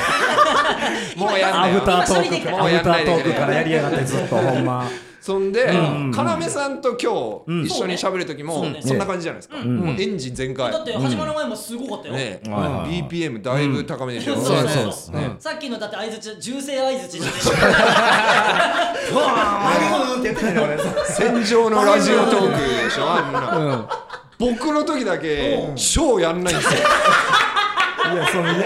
Speaker 1: た
Speaker 4: もうやん
Speaker 3: ア
Speaker 4: な
Speaker 3: フ
Speaker 4: よ
Speaker 3: タート
Speaker 1: 今処理で
Speaker 3: ー
Speaker 1: き
Speaker 3: ク
Speaker 1: た
Speaker 3: アフタートークからやりやがってずっとほんま
Speaker 4: そんで要さんと今日一緒に喋る時も
Speaker 1: そうね
Speaker 4: そんな感じじゃないですかもうエンジン全開
Speaker 1: だって始まる前もすごかったよ、
Speaker 4: ね
Speaker 3: ん
Speaker 4: BPM だいぶ高めでしょ
Speaker 1: そうそう
Speaker 2: そう
Speaker 1: そう
Speaker 2: ですね
Speaker 1: さっきのだって相槌銃声相槌じゃないし
Speaker 3: 何って言ってたよ俺
Speaker 4: 戦場のラジオトークでしょあんな僕の時だけ超やんないんですよ
Speaker 3: いやそのね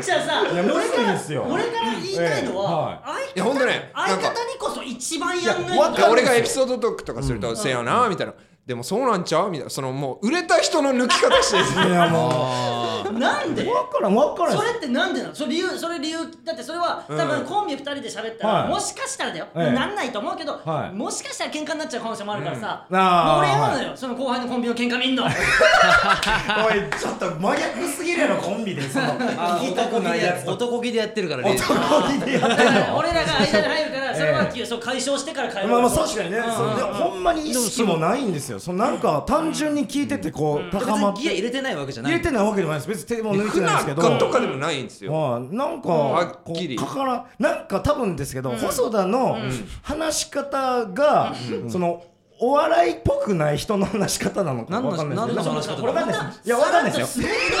Speaker 1: じゃあさ
Speaker 3: いやむずいんすよ
Speaker 1: 俺から言いたいのは、
Speaker 4: いやほんとね
Speaker 1: 相
Speaker 4: なん
Speaker 1: 方
Speaker 4: か
Speaker 1: にこそ一番やんない
Speaker 3: いやわ
Speaker 1: の
Speaker 3: かる
Speaker 4: 俺がエピソードトークとかするとせやなみたいなでもそうなんちゃうみたいなそのもう売れた人の抜き方してるんですよ
Speaker 3: いやも
Speaker 1: なんで
Speaker 3: う分からん分からん
Speaker 1: それってなんでなのそれ理由それ理由だってそれは多分コンビ2人で喋った
Speaker 3: は
Speaker 1: ら
Speaker 3: い
Speaker 1: もしかしたらだよ
Speaker 3: ええ
Speaker 1: なんないと思うけど
Speaker 3: はい
Speaker 1: もしかしたら喧嘩になっちゃう可能性もあるからさ
Speaker 3: うんあー
Speaker 1: もう俺嫌なのよその後輩のコンビの喧嘩見んの
Speaker 3: おいちょっと真逆すぎるやろコンビでその聞きたくないやつと
Speaker 2: 男気でやってるからね
Speaker 3: 男気でやっ
Speaker 1: だ
Speaker 3: て
Speaker 1: か
Speaker 3: ん
Speaker 1: ら
Speaker 3: の
Speaker 1: 俺らが間に入るからそれはそう解消してから帰る
Speaker 3: まあまあ確かにね、それでほんまに意識もないんですよそのなんか単純に聞いててこう高まって
Speaker 2: 入れてないわけじゃ
Speaker 3: 入れてないわけでもないです別に手も抜いて
Speaker 4: 苦
Speaker 3: ないんで
Speaker 4: な
Speaker 3: すけど
Speaker 4: かとかでもないんですよ
Speaker 3: はい、なんか、
Speaker 4: はっ
Speaker 3: こ
Speaker 4: きり
Speaker 3: うかからなんか多分ですけど、細田の話し方が、そのお笑いっぽくない人の話し方なのか
Speaker 2: 何の
Speaker 3: わかんないですけ
Speaker 2: 何の話し
Speaker 3: ど
Speaker 2: 方
Speaker 3: わかんないですいやわかんないですよ
Speaker 1: よ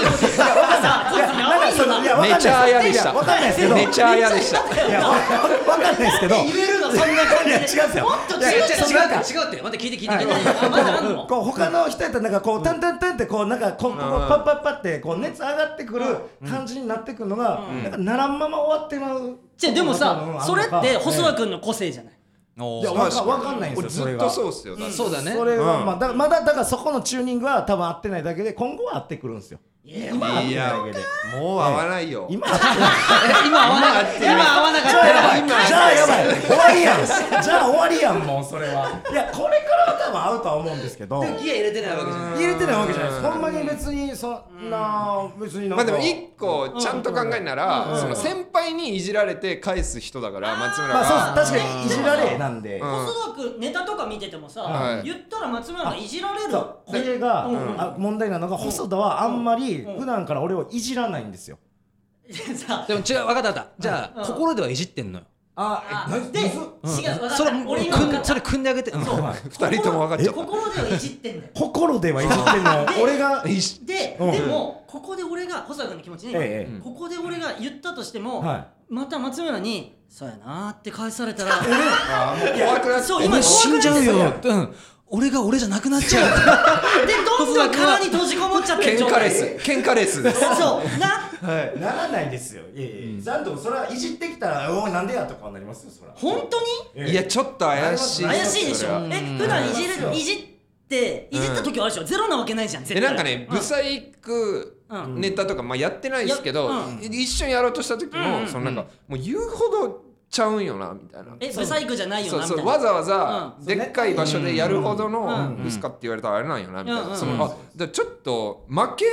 Speaker 1: わかんない
Speaker 3: いやなんかそのいやわかんない
Speaker 4: めちゃあやで
Speaker 3: です
Speaker 4: し
Speaker 3: いや
Speaker 4: た
Speaker 3: わかんないですけど
Speaker 4: めちゃあやでした
Speaker 3: いやわわかんないですけど
Speaker 1: 言えるのそんな感じ
Speaker 3: い
Speaker 1: で
Speaker 3: や違うんですよ
Speaker 1: もっと
Speaker 3: いや
Speaker 1: 違う
Speaker 3: 違う
Speaker 1: 違う
Speaker 3: 違うか
Speaker 2: 違うって待って聞いて聞いて
Speaker 1: いやいやまだあんの
Speaker 3: こう他の人やったらなんかこうタンタンタンってこうなんかこうこうパッパッパってこう熱上がってくる感じになってくるのがなんかならんまま終わってまう
Speaker 1: じゃあでも
Speaker 3: うん
Speaker 1: さそれって細田
Speaker 3: い
Speaker 1: 君の個性じゃない
Speaker 3: やわかわかんないんですよそ
Speaker 4: 俺ずっ
Speaker 3: れが
Speaker 4: とそうっすよだって
Speaker 2: そうだね
Speaker 3: それ
Speaker 4: う
Speaker 3: は
Speaker 4: ん
Speaker 3: まあだまだだからそこのチューニングは多分合ってないだけで今後は合ってくるんですよ
Speaker 1: いや
Speaker 3: 今は合ってないだけで
Speaker 4: もう合わないよ
Speaker 3: 今は合ってない
Speaker 2: 今合わなかった今合わなかった
Speaker 3: じゃあやばい終わりやんじゃあ終わりやんもうそれはいやこれからは多分合うとは思うんですけど
Speaker 2: ギア入れてないわけじゃない
Speaker 3: 入れてないわけじゃないですほんまに別にそんな別になん
Speaker 4: ま
Speaker 3: か
Speaker 4: あでも一個ちゃんと考えんならその先輩にいじられて返す人だから松村
Speaker 3: まあ
Speaker 4: が
Speaker 3: そう確かにいじられなん
Speaker 4: う
Speaker 3: で
Speaker 4: ん
Speaker 1: 細田君ネタとか見ててもさ
Speaker 4: はい
Speaker 1: 言ったら松村がいじられる
Speaker 3: そうこれが
Speaker 1: うん
Speaker 3: あ問題なのが細田はあんまり
Speaker 1: うん
Speaker 3: 普段から俺をいじらないんですよ
Speaker 1: いやさ
Speaker 2: でも違う分かった分かったじゃ
Speaker 1: うん
Speaker 2: あ心ではいじってんのよ
Speaker 3: あ
Speaker 1: あで違う分かっ
Speaker 2: それ
Speaker 1: た俺今分か
Speaker 2: く
Speaker 1: っ
Speaker 2: んそ
Speaker 1: た
Speaker 2: れ組んであげてうん
Speaker 4: 二人とも分かっちゃった
Speaker 1: 心ではいじってんだよ
Speaker 3: 心ではいじってんの俺が
Speaker 4: いじ
Speaker 1: で
Speaker 3: うん
Speaker 1: でもここで俺が細田君の気持ちね
Speaker 3: ええええ
Speaker 1: ここで俺が言ったとしても
Speaker 3: は
Speaker 1: また松村に「そうやな」って返されたら
Speaker 4: あーもう怖くなっ
Speaker 1: そう
Speaker 4: て
Speaker 1: 今
Speaker 2: 俺死んじゃう
Speaker 1: 怖くな
Speaker 2: ようん俺が俺じゃなくなっちゃう
Speaker 1: いですよでどんどん殻に閉じこもっちゃってる
Speaker 4: 喧
Speaker 1: 状
Speaker 4: 嘩レー
Speaker 1: 態
Speaker 4: ス喧嘩レースです
Speaker 1: そうな
Speaker 3: ならないですよ。いやいや、残党それはいじってきたら、おい、なんでやとかはなりますよ、そら。
Speaker 1: 本当に
Speaker 4: いやちょっと怪しい
Speaker 1: 怪しいでし
Speaker 4: それは
Speaker 1: ょえ普段いじれ
Speaker 3: う
Speaker 1: る
Speaker 3: ん
Speaker 1: いじっていじった時はあるでしょゼロなわけないじゃん絶
Speaker 4: え
Speaker 1: 対
Speaker 4: なんかね
Speaker 1: う
Speaker 4: ブサイクネタとかまあやってないですけど
Speaker 1: やうん
Speaker 4: 一緒にやろうとした時もそのなんかもう言うほどちゃうんよなみたいな
Speaker 1: えブサイクじゃないよ
Speaker 4: そ
Speaker 1: な
Speaker 4: う
Speaker 1: みた
Speaker 4: そ
Speaker 1: いう
Speaker 4: わ
Speaker 1: な
Speaker 4: ざわざ
Speaker 3: うん
Speaker 4: でっかい場所でやるほどの
Speaker 1: う
Speaker 4: ブスかって言われたらあれなんよなみた
Speaker 1: う
Speaker 4: い
Speaker 1: んうん
Speaker 4: なそのあじゃあちょっと負け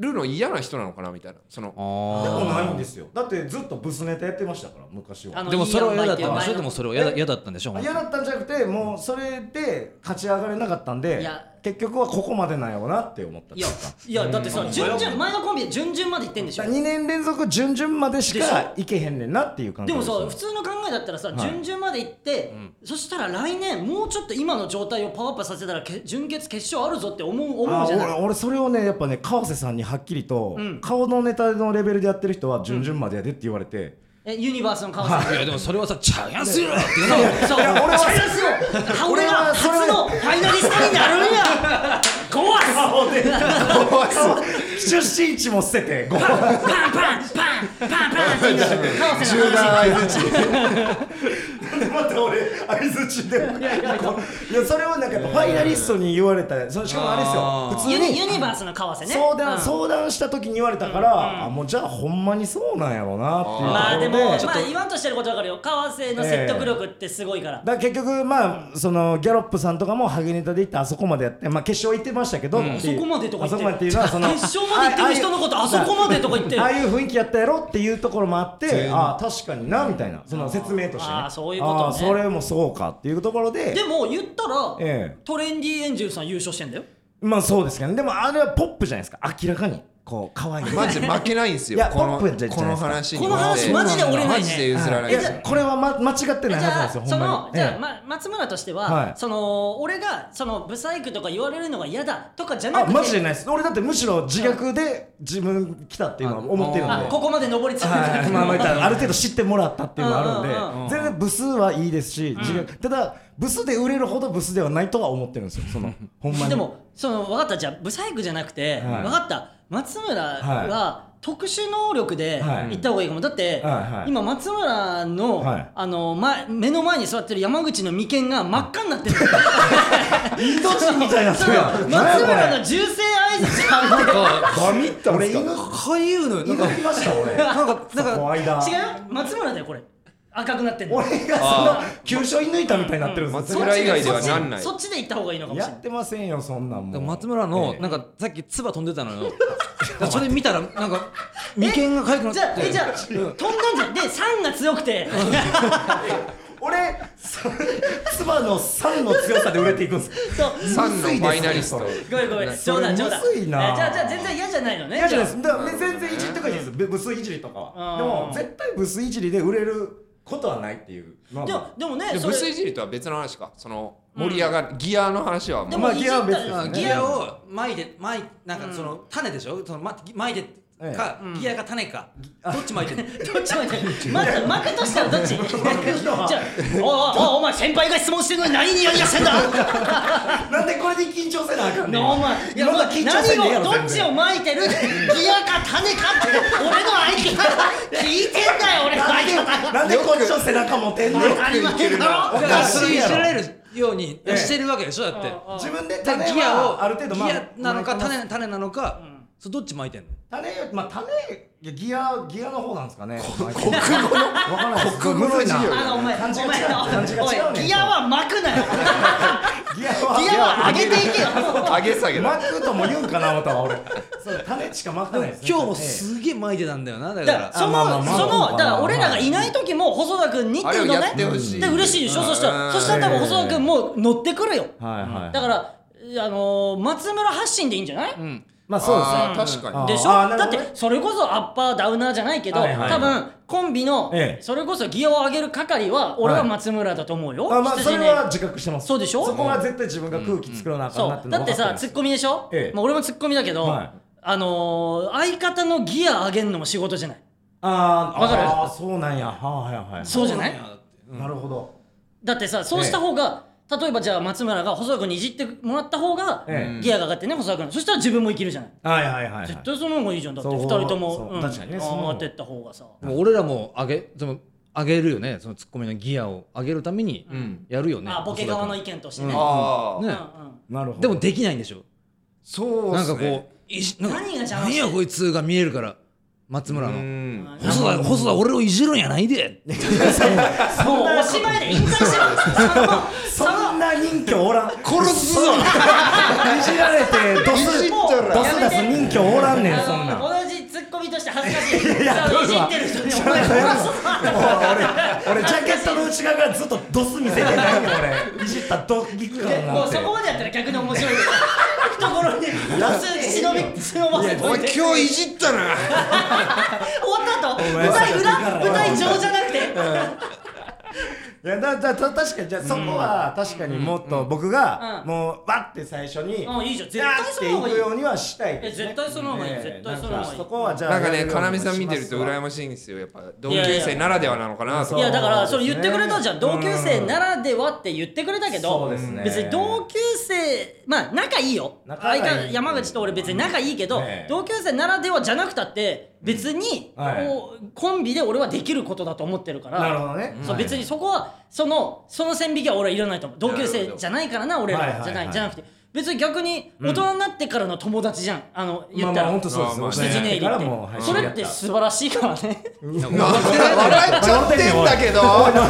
Speaker 4: るの嫌な人なのかなみたいなその
Speaker 3: でもないん
Speaker 2: で
Speaker 3: ですよ。だって、ずっとブスネタやってましたから、昔は。
Speaker 1: の
Speaker 2: もそれは嫌だったんでし
Speaker 1: いい塩梅っていう前
Speaker 2: ょでもそれは嫌だ嫌だったんでしょ
Speaker 3: 嫌だったんじゃなくて、もう、それで勝ち上がれなかったん
Speaker 1: い
Speaker 3: で
Speaker 1: や、
Speaker 3: 結局はここまでなんやろうなって思った。
Speaker 1: いやいやだってさ順々前のコンビで順々まで行ってんでしょ
Speaker 3: 2年連続、準々までしかいけへんねんなっていう感
Speaker 1: で
Speaker 3: じ
Speaker 1: も
Speaker 3: す
Speaker 1: さ
Speaker 3: よ
Speaker 1: 普通の考えだったらさ順々まで行ってそしたら来年もうちょっと今の状態をパワーアップさせたらけ準決決勝あるぞって思う思
Speaker 3: あ
Speaker 1: うじゃ
Speaker 3: 俺
Speaker 1: ない
Speaker 3: 俺それをねやっぱね川瀬さんにはっきりと、
Speaker 1: ん
Speaker 3: 顔のネタのレベルでやってる人は準々までやでって言われて、
Speaker 1: えユニバースの顔さん
Speaker 2: いやでもそれはさチャイアンスよって言う
Speaker 1: そう
Speaker 2: の
Speaker 1: そう
Speaker 3: や俺は
Speaker 1: チャイアンスよ俺
Speaker 3: 俺
Speaker 1: が
Speaker 3: は
Speaker 1: 初
Speaker 3: それ
Speaker 1: のファイナリストになるんや怖っ
Speaker 3: 出身地も捨ててご
Speaker 1: パンパンパンパンパンって言う顔せな
Speaker 4: 柔軟相槌
Speaker 3: 待って俺相づちでいやいやそれをなんかやっぱファイナリストに言われたそのしかもあれ
Speaker 2: あー
Speaker 3: ですよ
Speaker 1: ユ
Speaker 3: 普通
Speaker 1: ニユ
Speaker 3: に
Speaker 1: ニバースの顔せね
Speaker 3: 相談、
Speaker 1: うん
Speaker 3: 相談した時に言われたから、あもうじゃあほんまにそうなんやろうなっていうところで、
Speaker 1: まあでもまあ言わんとしてることわかるよ川瀬の説得力ってすごいから
Speaker 3: だから結局まあそのギャロップさんとかもハゲネタで行ってあそこまでやってまあ決勝行ってましたけど、ってい
Speaker 1: あそこまでとか
Speaker 3: あ
Speaker 1: 言
Speaker 3: そ
Speaker 1: ってる
Speaker 3: こまでっていうのはその
Speaker 1: 決勝まで行ってる人のことあそこまでとか言ってる
Speaker 3: ああいう雰囲気やったやろっていうところもあって
Speaker 4: 全
Speaker 3: ああ確かになみたいなその説明としてね
Speaker 1: あーそういうことね
Speaker 3: あーそれもそうかっていうところで
Speaker 1: でも言ったら、
Speaker 3: ええ
Speaker 1: トレンディエンジェルさん優勝してんだよ
Speaker 3: まあそうですけどねでもあれはポップじゃないですか明らかにこう可愛い
Speaker 4: マジで負けないんです
Speaker 3: い
Speaker 4: よ
Speaker 3: や
Speaker 4: この
Speaker 3: ポップじゃ
Speaker 4: この話に
Speaker 1: この話マジで折れないね
Speaker 4: マジで譲らない
Speaker 3: い
Speaker 4: です
Speaker 3: やこれは、ま、間違って
Speaker 1: じ
Speaker 3: ないはずなん
Speaker 1: ゃ
Speaker 3: ですよ
Speaker 1: あ
Speaker 3: ほ
Speaker 1: そ
Speaker 3: んま
Speaker 1: の
Speaker 3: に
Speaker 1: じゃあ、
Speaker 3: ええ
Speaker 1: ま、松村としては、
Speaker 3: はい
Speaker 1: その俺がそのブサイクとか言われるのが嫌だとかじゃな
Speaker 3: あ
Speaker 1: くて
Speaker 3: マジでないです俺だってむしろ自虐で自分来たっていうのは思ってるんで
Speaker 1: あここまで登りつつ
Speaker 3: はい、まあまあ言ったらある程度知ってもらったっていうのはある
Speaker 1: うん
Speaker 3: で全然ブスはいいですし、自分ただブスで売れるほどブスではないとは思ってるんですよそのほんまに
Speaker 1: でもその分かったじゃあブサイクじゃなくて、
Speaker 3: はい
Speaker 1: 分かった松村は
Speaker 3: は
Speaker 1: 特殊能力で
Speaker 3: はい
Speaker 1: 行った方がいいかも、だって、
Speaker 3: はいはい
Speaker 1: 今松村の,、
Speaker 3: はい
Speaker 1: あの前目の前に座ってる山口の眉間が真っ赤にな ってる
Speaker 3: 命みたいな
Speaker 1: その松村の銃声合図じゃん
Speaker 4: バミったん
Speaker 3: 俺
Speaker 4: すか
Speaker 3: 犬
Speaker 2: かゆうのよなんか
Speaker 3: 犬いました俺なんかなんか怖いな
Speaker 1: 違うよ松村だよこれ赤くなってんの
Speaker 3: 俺がその急所射抜いたみたいになってるんで
Speaker 4: 松
Speaker 3: すよ、
Speaker 4: 村以外ではなんない
Speaker 1: そっちで行った方がいいのかもし
Speaker 3: や
Speaker 1: れない
Speaker 3: ってませんよそんなんもう
Speaker 2: 松村のなんかさっき唾飛んでたの よだからそれ見たらなんか眉間がかゆくなっ
Speaker 1: じゃあ
Speaker 2: て
Speaker 1: えじゃあ飛んだんじゃんで酸が強く て
Speaker 3: 俺それ妻の3の強さで売れていくんです
Speaker 1: そう
Speaker 4: 三のファイナリスト
Speaker 3: むずいですね
Speaker 1: ごめんごめん
Speaker 3: そ
Speaker 1: 冗
Speaker 3: れ
Speaker 1: 談冗談
Speaker 3: むずいな
Speaker 1: えじゃあじゃあ全然嫌じゃないのね
Speaker 3: 嫌じゃないですだから全然いじってくいいですブブスいじりとか
Speaker 1: う
Speaker 3: は
Speaker 1: ん
Speaker 3: でも絶対ブスいじりで売れることはないっていうまあ
Speaker 1: でもでもね
Speaker 4: で
Speaker 1: そ
Speaker 4: ブ
Speaker 1: れ
Speaker 4: スいじりとは別の話かその盛り上がる、ギアの話はもう
Speaker 1: で
Speaker 3: ま
Speaker 1: も
Speaker 3: あ
Speaker 1: いじっ
Speaker 3: ギアは別です
Speaker 1: た
Speaker 3: よ
Speaker 2: あ
Speaker 3: ね
Speaker 2: ギアをまいでまいなんかその種でしょそのままいでかギアか種かどっちまいて る
Speaker 1: どっちまでまず幕としてはどっちじゃあおいおいおいお前先輩が質問してるのに何にやりやしてんだ
Speaker 3: なんでこれで緊張せなあかんねん。
Speaker 1: お前いやま
Speaker 3: 今ま
Speaker 1: あ
Speaker 3: だ緊張せんでいいや
Speaker 1: 何
Speaker 3: ろ
Speaker 1: をどっちをまいてるギアか種かって俺の相手が聞いてんだよ俺の相手が
Speaker 3: 全然なんでこっちの背中持てんねん。
Speaker 1: 当たり前だろ
Speaker 2: だ
Speaker 3: お
Speaker 2: から
Speaker 3: か
Speaker 2: それ
Speaker 3: しい
Speaker 2: い
Speaker 3: や
Speaker 2: じら
Speaker 3: ろ。
Speaker 2: れるように
Speaker 3: ええ
Speaker 2: してるわけでしょだって
Speaker 3: 自分で
Speaker 2: だから
Speaker 3: 種
Speaker 2: ギアを
Speaker 3: はある程度まあ
Speaker 2: ギアなのか
Speaker 3: 巻いてま
Speaker 2: 種
Speaker 3: す
Speaker 2: 種なのかそうどっちまいてんの
Speaker 3: 種まあ種いやギアギアの方なんですかね。国語の
Speaker 4: 国語の授業
Speaker 1: あのお前お
Speaker 3: 感
Speaker 1: 前
Speaker 3: じが違う感じが違う
Speaker 1: お
Speaker 3: ね
Speaker 1: いギアは巻くなよ
Speaker 3: ギアは
Speaker 1: ギアは上げていけよ
Speaker 4: 上げ下げだ
Speaker 3: 巻くとも言うんかな思ったわ俺。そう種しか巻かないですね。
Speaker 2: 今日も
Speaker 3: ええ
Speaker 2: すげえ巻いてたんだよなだ
Speaker 1: だ
Speaker 2: か
Speaker 1: から
Speaker 2: ら
Speaker 1: そ
Speaker 3: あまあまあ
Speaker 1: の
Speaker 3: ま
Speaker 1: そ
Speaker 3: あまあ
Speaker 1: の
Speaker 3: まあ
Speaker 1: だから俺らがいない時も細田君にっていうの
Speaker 4: あれをや
Speaker 1: ね
Speaker 4: ってほしい
Speaker 1: で嬉しいでしょ
Speaker 4: うん
Speaker 1: そした
Speaker 4: う
Speaker 1: ら
Speaker 4: ん
Speaker 1: そしたら多分細田君もう乗ってくるよ
Speaker 3: はいはい。
Speaker 1: だからあのー松村発信でいいんじゃない
Speaker 3: まあそうですね。
Speaker 4: あー確か
Speaker 3: あ
Speaker 4: に
Speaker 3: ー
Speaker 1: でしょ
Speaker 3: なるほど
Speaker 1: だっ
Speaker 3: ね
Speaker 1: てそれこそアッパーダウナーじゃないけど
Speaker 3: はいはい
Speaker 1: 多分コンビの
Speaker 3: ええ
Speaker 1: それこそギアを上げる係は俺は松村だと思うよ
Speaker 3: あまあ
Speaker 1: 羊
Speaker 3: それ
Speaker 1: ね
Speaker 3: は自覚してます。
Speaker 1: そうでしょ
Speaker 3: そこは絶対自分が空気作らなあかんなっ
Speaker 1: そ
Speaker 3: て
Speaker 1: う
Speaker 3: の
Speaker 1: だ
Speaker 3: は
Speaker 1: っ
Speaker 3: 分
Speaker 1: て
Speaker 3: か
Speaker 1: さ
Speaker 3: るんです
Speaker 1: ツッコミでしょ、
Speaker 3: ええ
Speaker 1: まあ、俺もツッコミだけど、
Speaker 3: はい
Speaker 1: あのー相方のギア上げんのも仕事じゃない
Speaker 3: あー
Speaker 1: わかる
Speaker 3: あーそうなんや。はいはいはい。
Speaker 1: そうじゃない
Speaker 3: なるほど。
Speaker 1: だってさそうした方が、例えばじゃあ松村が細田君にいじってもらった方が、
Speaker 3: ええ
Speaker 1: ギアが上がってね細田君そしたら自分もいけるじゃない
Speaker 3: はいはいはい、はい。
Speaker 1: 絶対その方がいいじゃんだって
Speaker 3: そう
Speaker 1: 二人とも
Speaker 3: そう
Speaker 1: うん
Speaker 3: 確かにねその方
Speaker 1: 上がってった方がさ
Speaker 2: でも俺らも上げその上げるよねそのツッコミのギアを上げるために
Speaker 4: ん
Speaker 2: やるよね、
Speaker 1: あボケ側の意見としてね,、うん
Speaker 4: ああ、
Speaker 2: ね
Speaker 1: うん
Speaker 3: なるほど。
Speaker 2: でもできないんでしょ
Speaker 4: そうっ
Speaker 2: なん
Speaker 4: す
Speaker 2: か
Speaker 4: ね
Speaker 2: こういじなんか
Speaker 1: 何が邪魔
Speaker 2: 何やこいつが見えるから松村
Speaker 4: う
Speaker 2: の
Speaker 4: ん
Speaker 2: 細田細田俺をいじるんやないで
Speaker 1: もうおしまいで引退しろその
Speaker 3: そんな人気おら ん。い
Speaker 4: 殺すぞ
Speaker 3: じられてドス
Speaker 4: いじっ
Speaker 3: ド
Speaker 4: たら
Speaker 3: ス出す人気おらんねんそんなん。
Speaker 1: 同じツッコミとして恥ずかしい。い
Speaker 3: や
Speaker 1: いじってる人にお前
Speaker 3: ちょっと
Speaker 1: 殺すぞ
Speaker 3: 俺ジャケットの内側からずっとドス見せてないよ俺。いじったドギク感
Speaker 1: も
Speaker 3: な
Speaker 1: うんそ
Speaker 3: て。
Speaker 1: こまでやったら逆に面白いけど。懐に出す忍び忍ばせ
Speaker 4: お
Speaker 1: とい
Speaker 4: 前
Speaker 1: て。終
Speaker 4: 今日いじったな
Speaker 1: わった後舞台裏舞台上じゃなくて。
Speaker 3: いやだだだ確かにじゃあそこは確かにもっと僕が
Speaker 1: うん
Speaker 3: もうわって最初に
Speaker 1: うんいいじゃん絶
Speaker 3: や
Speaker 1: 対
Speaker 3: ーっ
Speaker 1: そ
Speaker 3: て
Speaker 1: の
Speaker 3: い
Speaker 1: 方がいい
Speaker 3: くようにはしたいですね
Speaker 1: え絶対その方がいい
Speaker 3: ねえ
Speaker 1: 絶対その方がいい
Speaker 3: なんかそこはじゃあ
Speaker 4: なんかね、
Speaker 3: やるよう
Speaker 4: かなみさん
Speaker 3: し
Speaker 4: 見
Speaker 3: ま
Speaker 4: て
Speaker 3: す
Speaker 4: ると
Speaker 3: わ
Speaker 4: 羨ましいんですよ。やっぱ同級生ならではなのかなと。
Speaker 1: いやだからそ
Speaker 3: そう
Speaker 1: れ
Speaker 3: ですね
Speaker 1: 言ってくれたじゃん同級生ならではって言ってくれたけ
Speaker 3: そ
Speaker 1: ど
Speaker 3: うですね
Speaker 1: 別に同級生まあ仲いいよ
Speaker 3: 仲がいい
Speaker 1: 相変山口と俺別に仲いいけど
Speaker 3: ね
Speaker 1: 同級生ならではじゃなくたって別に
Speaker 3: はい
Speaker 1: こうコンビで俺はできることだと思ってるから
Speaker 3: なるほどね
Speaker 1: そう
Speaker 3: はい
Speaker 1: 別にそこはそのその線引きは俺はいらないと思う同級生じゃないからな俺
Speaker 3: はいはい
Speaker 1: ら
Speaker 3: はい
Speaker 1: じゃないじゃなくて別に逆に大人になってからの友達じゃんあの
Speaker 3: ま
Speaker 1: 言
Speaker 3: あ
Speaker 1: っ
Speaker 3: ま
Speaker 1: た
Speaker 3: あ
Speaker 1: ら
Speaker 3: 本当そうです
Speaker 4: まあまあ
Speaker 3: 大人
Speaker 1: 辻
Speaker 3: にな
Speaker 1: ね
Speaker 3: って
Speaker 1: 入
Speaker 3: から
Speaker 1: りっ
Speaker 3: もうは
Speaker 1: て
Speaker 3: い
Speaker 1: それって素晴らしいから ね
Speaker 4: なんか笑っちゃってんだけど。
Speaker 3: どう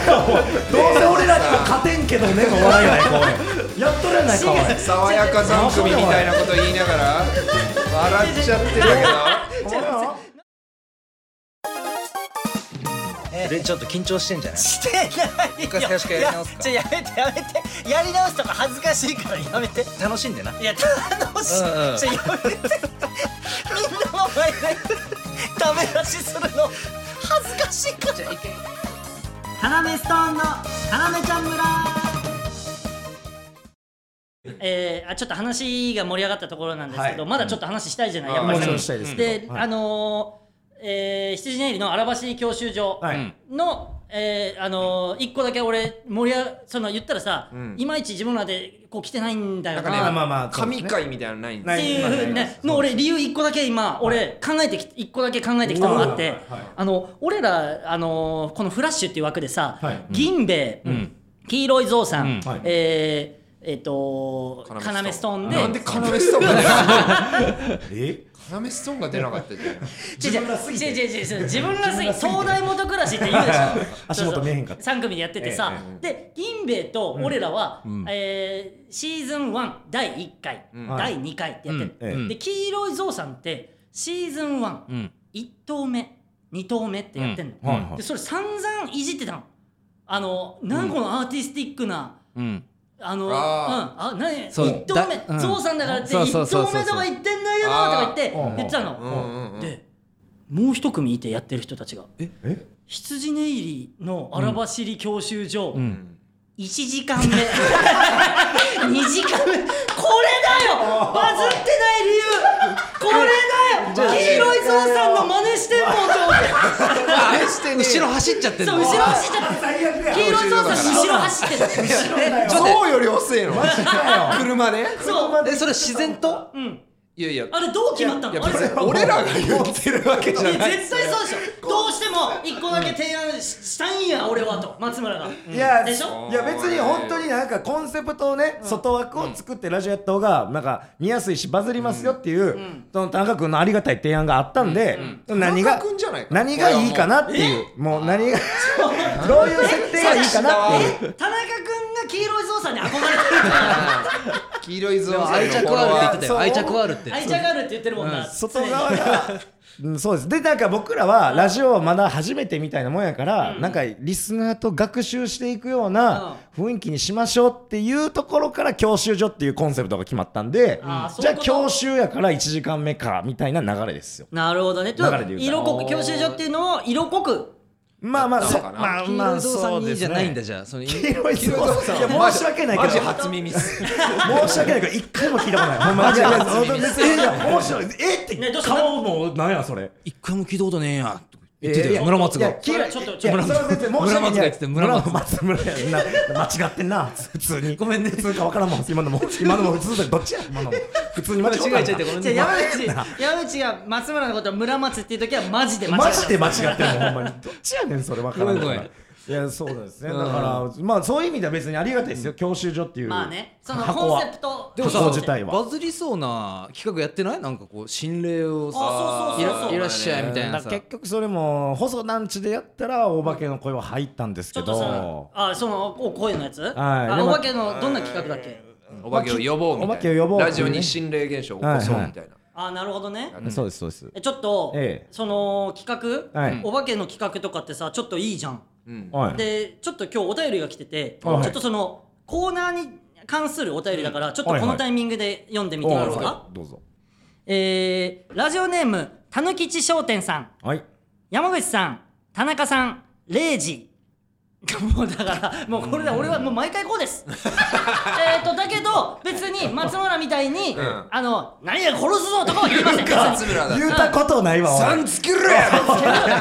Speaker 3: せ俺らには勝てんけどねの笑いないこうやっとるやないかおい
Speaker 4: 爽やか三組みたいなこと言いながら笑っちゃってるけ
Speaker 3: こうよ
Speaker 5: でちょっと緊張してんじゃない
Speaker 6: してないよ
Speaker 5: 一回最初からやり直すか
Speaker 6: いやちょやめてやめてやり直すとか恥ずかしいからやめて
Speaker 5: 楽しんでない
Speaker 6: や楽しい、
Speaker 5: うんうん
Speaker 6: ちょやめてみんなの前でダメ出しするの恥ずかしいから
Speaker 1: タナメストーンのタナメちゃん村えー、あちょっと話が盛り上がったところなんですけど、
Speaker 3: は
Speaker 1: まだちょっと話したいじゃない、
Speaker 4: うん
Speaker 1: やっぱ
Speaker 3: も
Speaker 1: り
Speaker 3: ちろんしたいですけ
Speaker 1: で、
Speaker 3: どはい
Speaker 1: あのーえー、羊ネイリの荒橋教習所
Speaker 3: はい
Speaker 1: の、えー、あのー、一個だけ俺盛り上がその言ったらさ、
Speaker 4: ん
Speaker 1: いまいち自分らでこう来てないんだよ
Speaker 4: ど。なん
Speaker 1: な
Speaker 4: か
Speaker 3: まあ
Speaker 4: ね、
Speaker 3: まあまあ
Speaker 4: 神回みたいなのないんで
Speaker 3: な
Speaker 1: っ
Speaker 3: い
Speaker 4: す
Speaker 1: ていうふうにねの俺理由一個だけ今俺考えてき一個だけ考えてきたのがあって
Speaker 3: おーはい
Speaker 1: あの俺らあのーこの「フラッシュ」っていう枠でさ
Speaker 3: はい
Speaker 1: 銀兵衛黄色いゾウさん
Speaker 3: はい
Speaker 1: えーえっと要
Speaker 4: 要
Speaker 1: ストーン
Speaker 4: よ。なん
Speaker 1: で
Speaker 4: でカナメストーンが出なかった
Speaker 3: え
Speaker 4: カナメストーンが出なかったじゃん。
Speaker 1: 違う違う
Speaker 3: 自分らすぎて
Speaker 1: 違う違う違う自分らすぎ東大元暮らしって言うでしょ
Speaker 3: 足元見えへんかった
Speaker 1: 3組でやっててさで銀兵衛と俺らはえーシーズン1第1回
Speaker 4: ん
Speaker 1: 第2回ってやって
Speaker 3: え
Speaker 1: るで黄色いゾウさんってシーズン1
Speaker 2: うん
Speaker 1: 1投目2投目ってやってんの、
Speaker 3: うんはいはい
Speaker 1: でそれ散々いじってたのあの何このアーティスティックな、
Speaker 2: うん
Speaker 1: あの
Speaker 4: あ
Speaker 1: うんあ何
Speaker 2: そう
Speaker 1: 1投
Speaker 2: だうん
Speaker 1: 目ゾウさんだからって
Speaker 2: そう
Speaker 1: 1
Speaker 2: そうそう
Speaker 1: 投
Speaker 2: そう
Speaker 1: 目とか言ってんだよとか言って
Speaker 3: あー
Speaker 1: 言ってた
Speaker 4: うんう
Speaker 1: の、
Speaker 4: んうん。
Speaker 1: でもう一組いてやってる人たちが
Speaker 3: え
Speaker 1: 羊寝入りの荒走り教習所、
Speaker 2: ん
Speaker 1: 1時 間目2時間目これだよバズってない理由これだよ黄色いゾウさんの真似してんもんと思って
Speaker 2: 後ろ走っちゃってん
Speaker 1: そ
Speaker 2: の
Speaker 1: う後ろ走っちゃった
Speaker 3: 最悪や
Speaker 1: 黄色いゾウさん後ろ走ってる
Speaker 4: ゾウより遅いの。
Speaker 3: だよ
Speaker 4: 車で。
Speaker 1: そう
Speaker 5: えそれ自然と
Speaker 1: うん
Speaker 4: いやいや。
Speaker 1: あれどう決まった
Speaker 4: いや
Speaker 1: のあれ
Speaker 4: これ俺らが言ってるわけじゃ
Speaker 1: いや
Speaker 4: ない。
Speaker 1: 絶対そうでしょどうしても一個だけ提案ししたいんや俺はと松村が
Speaker 3: いや
Speaker 1: でしょ
Speaker 3: いや別に本当になんかコンセプトをね外枠を作ってラジオやった方がなんか見やすいしバズりますよっていうその田中君のありがたい提案があったんで何
Speaker 4: 田
Speaker 3: が
Speaker 4: 中君じゃないか
Speaker 3: 何がいいかなっていうもう何がどういう設定がいいかなっていう
Speaker 1: え田中君が黄色いゾウさんに憧れてる
Speaker 4: 黄色いゾウさんの
Speaker 5: 愛着
Speaker 4: 頃
Speaker 5: はあるって言って
Speaker 4: は
Speaker 5: たよ愛着はあるって
Speaker 1: 愛着あるって言ってるもんな
Speaker 3: 外側が、 うん、そうですでなんか僕らはラジオをまだ初めてみたいなもんやから、なんかリスナーと学習していくような雰囲気にしましょうっていうところから教習所っていうコンセプトが決まったんで、
Speaker 1: あー
Speaker 3: じ
Speaker 1: そうい
Speaker 3: ゃあ
Speaker 1: うこと
Speaker 3: 教習やから1時間目かみたいな流れですよ
Speaker 1: なるほどね。
Speaker 3: 流れで言うと
Speaker 1: 色濃く教習所っていうのを色濃く。
Speaker 3: まあまあ
Speaker 4: だっ
Speaker 3: そ
Speaker 4: た
Speaker 3: ま
Speaker 4: のかな
Speaker 3: あ
Speaker 5: 黄
Speaker 3: ま
Speaker 5: 色
Speaker 3: あ
Speaker 5: いゾウさ
Speaker 3: そ
Speaker 5: ん
Speaker 3: う
Speaker 5: に
Speaker 3: です
Speaker 5: じゃないん
Speaker 3: ね
Speaker 5: だじゃあその
Speaker 3: 黄色いゾウさんいや申し訳ないけど
Speaker 4: マジ初耳っす。
Speaker 3: 申し訳ないけど一回も聞いたことないほんまにいや本当に別にいや面白いえって
Speaker 1: ねどうした
Speaker 3: 顔もなんやそれ
Speaker 2: 一回も聞いたことねえや言
Speaker 3: 言
Speaker 2: っ
Speaker 3: ってて
Speaker 2: た
Speaker 3: た
Speaker 2: よ
Speaker 3: よ
Speaker 2: 村松が
Speaker 3: いや黄色い
Speaker 1: ちょっと
Speaker 3: いや
Speaker 1: ちょっ
Speaker 3: それは別に申し訳ない
Speaker 2: 村松が言ってた村松
Speaker 3: 松村やんな間違ってんな普通に
Speaker 5: ごめんね
Speaker 3: 普通か分からんもん今のも今のも普通だどっちや今のも普通に間違
Speaker 5: 間違えちゃ
Speaker 3: え
Speaker 5: ってごめん
Speaker 1: じ
Speaker 5: ね
Speaker 1: ゃあ山口、 山口が松村のことを村松っていう時はマジで間違
Speaker 3: マ
Speaker 1: え
Speaker 3: ジ
Speaker 1: て
Speaker 3: で
Speaker 1: る。
Speaker 3: 間違ってるもんほんまにどっちやねんそれ分から
Speaker 5: ごめ
Speaker 3: んか
Speaker 5: ん
Speaker 3: ら
Speaker 5: ごめん
Speaker 3: いやそうなんですねだからまあそういう意味では別にありがたいですよ教習所っていう
Speaker 1: まあね、その
Speaker 3: 箱
Speaker 1: コン
Speaker 3: は
Speaker 1: セプト。
Speaker 3: でもさ
Speaker 1: そう
Speaker 3: 自体は
Speaker 2: バズりそうな企画やってないなんかこう心霊をさ
Speaker 1: あそうそうそうそう
Speaker 2: いらいらっしゃいみたいな
Speaker 3: だか
Speaker 2: さ
Speaker 3: ら結局それも細団地でやったらお化けの声は入ったんです
Speaker 1: ち
Speaker 3: け
Speaker 1: ょっと
Speaker 3: ど
Speaker 1: さ、あ、そのお声のやつ。
Speaker 3: はい
Speaker 1: あ
Speaker 3: で
Speaker 1: お
Speaker 3: も
Speaker 1: 化けのどんな企画だっけ。
Speaker 4: お化けを呼ぼうみたいな。
Speaker 3: お化けを呼ぼうっていうね
Speaker 4: ラジオに心霊現象を起こそうみたいな。
Speaker 1: あ、なるほどね。
Speaker 3: そうですそうです
Speaker 1: えちょっと、
Speaker 3: ええ
Speaker 1: その企画、
Speaker 3: はい
Speaker 1: お化けの企画とかってさ、ちょっといいじゃん。
Speaker 4: うん。
Speaker 3: はい
Speaker 1: でちょっと今日お便りが来てて、
Speaker 3: はい
Speaker 1: ちょっとそのコーナーに関するお便りだから、ちょっと
Speaker 3: はい
Speaker 1: こ
Speaker 3: はい
Speaker 1: のタイミングで読んでみていいですか、
Speaker 3: はいどうぞ
Speaker 1: えーラジオネームたぬきち商店さん
Speaker 3: はい
Speaker 1: 山口さん田中さん0時もうだからもうこれで俺はもう毎回こうです えっとだけど別に松村みたいに、
Speaker 4: ん
Speaker 1: あの何や殺すぞとかは言いません別に
Speaker 4: 村だ
Speaker 3: 言うたことないわおい
Speaker 4: 三つけろや
Speaker 1: だ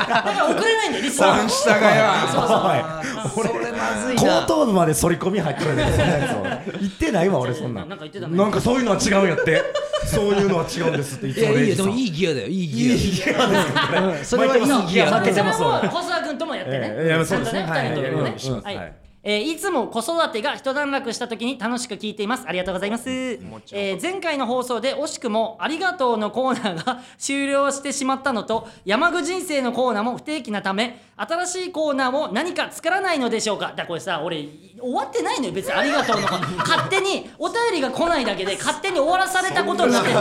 Speaker 1: から送れないんだよリスナー
Speaker 4: 三下がよ
Speaker 3: おい俺後頭部まで反り込み入ってるんだよそんなやつ俺言ってないわ俺そんな
Speaker 1: なんか言ってたね
Speaker 3: なんかそういうのは違うんやってそういうのは違うんですってい
Speaker 5: い
Speaker 3: つも
Speaker 5: やい
Speaker 3: レ
Speaker 5: いよで
Speaker 3: イジさ
Speaker 5: も
Speaker 3: ん
Speaker 5: いいギアだよいい
Speaker 3: い
Speaker 5: ギ
Speaker 3: いギアですよこれ
Speaker 5: アそれはいい
Speaker 3: 毎回
Speaker 5: ギア
Speaker 1: まあ
Speaker 3: 負けて
Speaker 1: それ
Speaker 3: ます
Speaker 1: も
Speaker 3: わ
Speaker 1: 細田君ともやってね、
Speaker 3: ええいやそうですね
Speaker 1: ちゃんとね
Speaker 3: は
Speaker 1: 二
Speaker 3: い
Speaker 1: 人ともね、
Speaker 3: はい
Speaker 1: は
Speaker 3: はいい
Speaker 1: えーいつも子育てが一段落した時に楽しく聞いていますありがとうございます、えー前回の放送で惜しくも「ありがとう」のコーナーが終了してしまったのと山具人生のコーナーも不定期なため新しいコーナーを何か作らないのでしょうかだからこれさ俺終わってないのよ別に「ありがとう」のコーナー勝手にお便りが来ないだけで勝手に終わらされたことになってる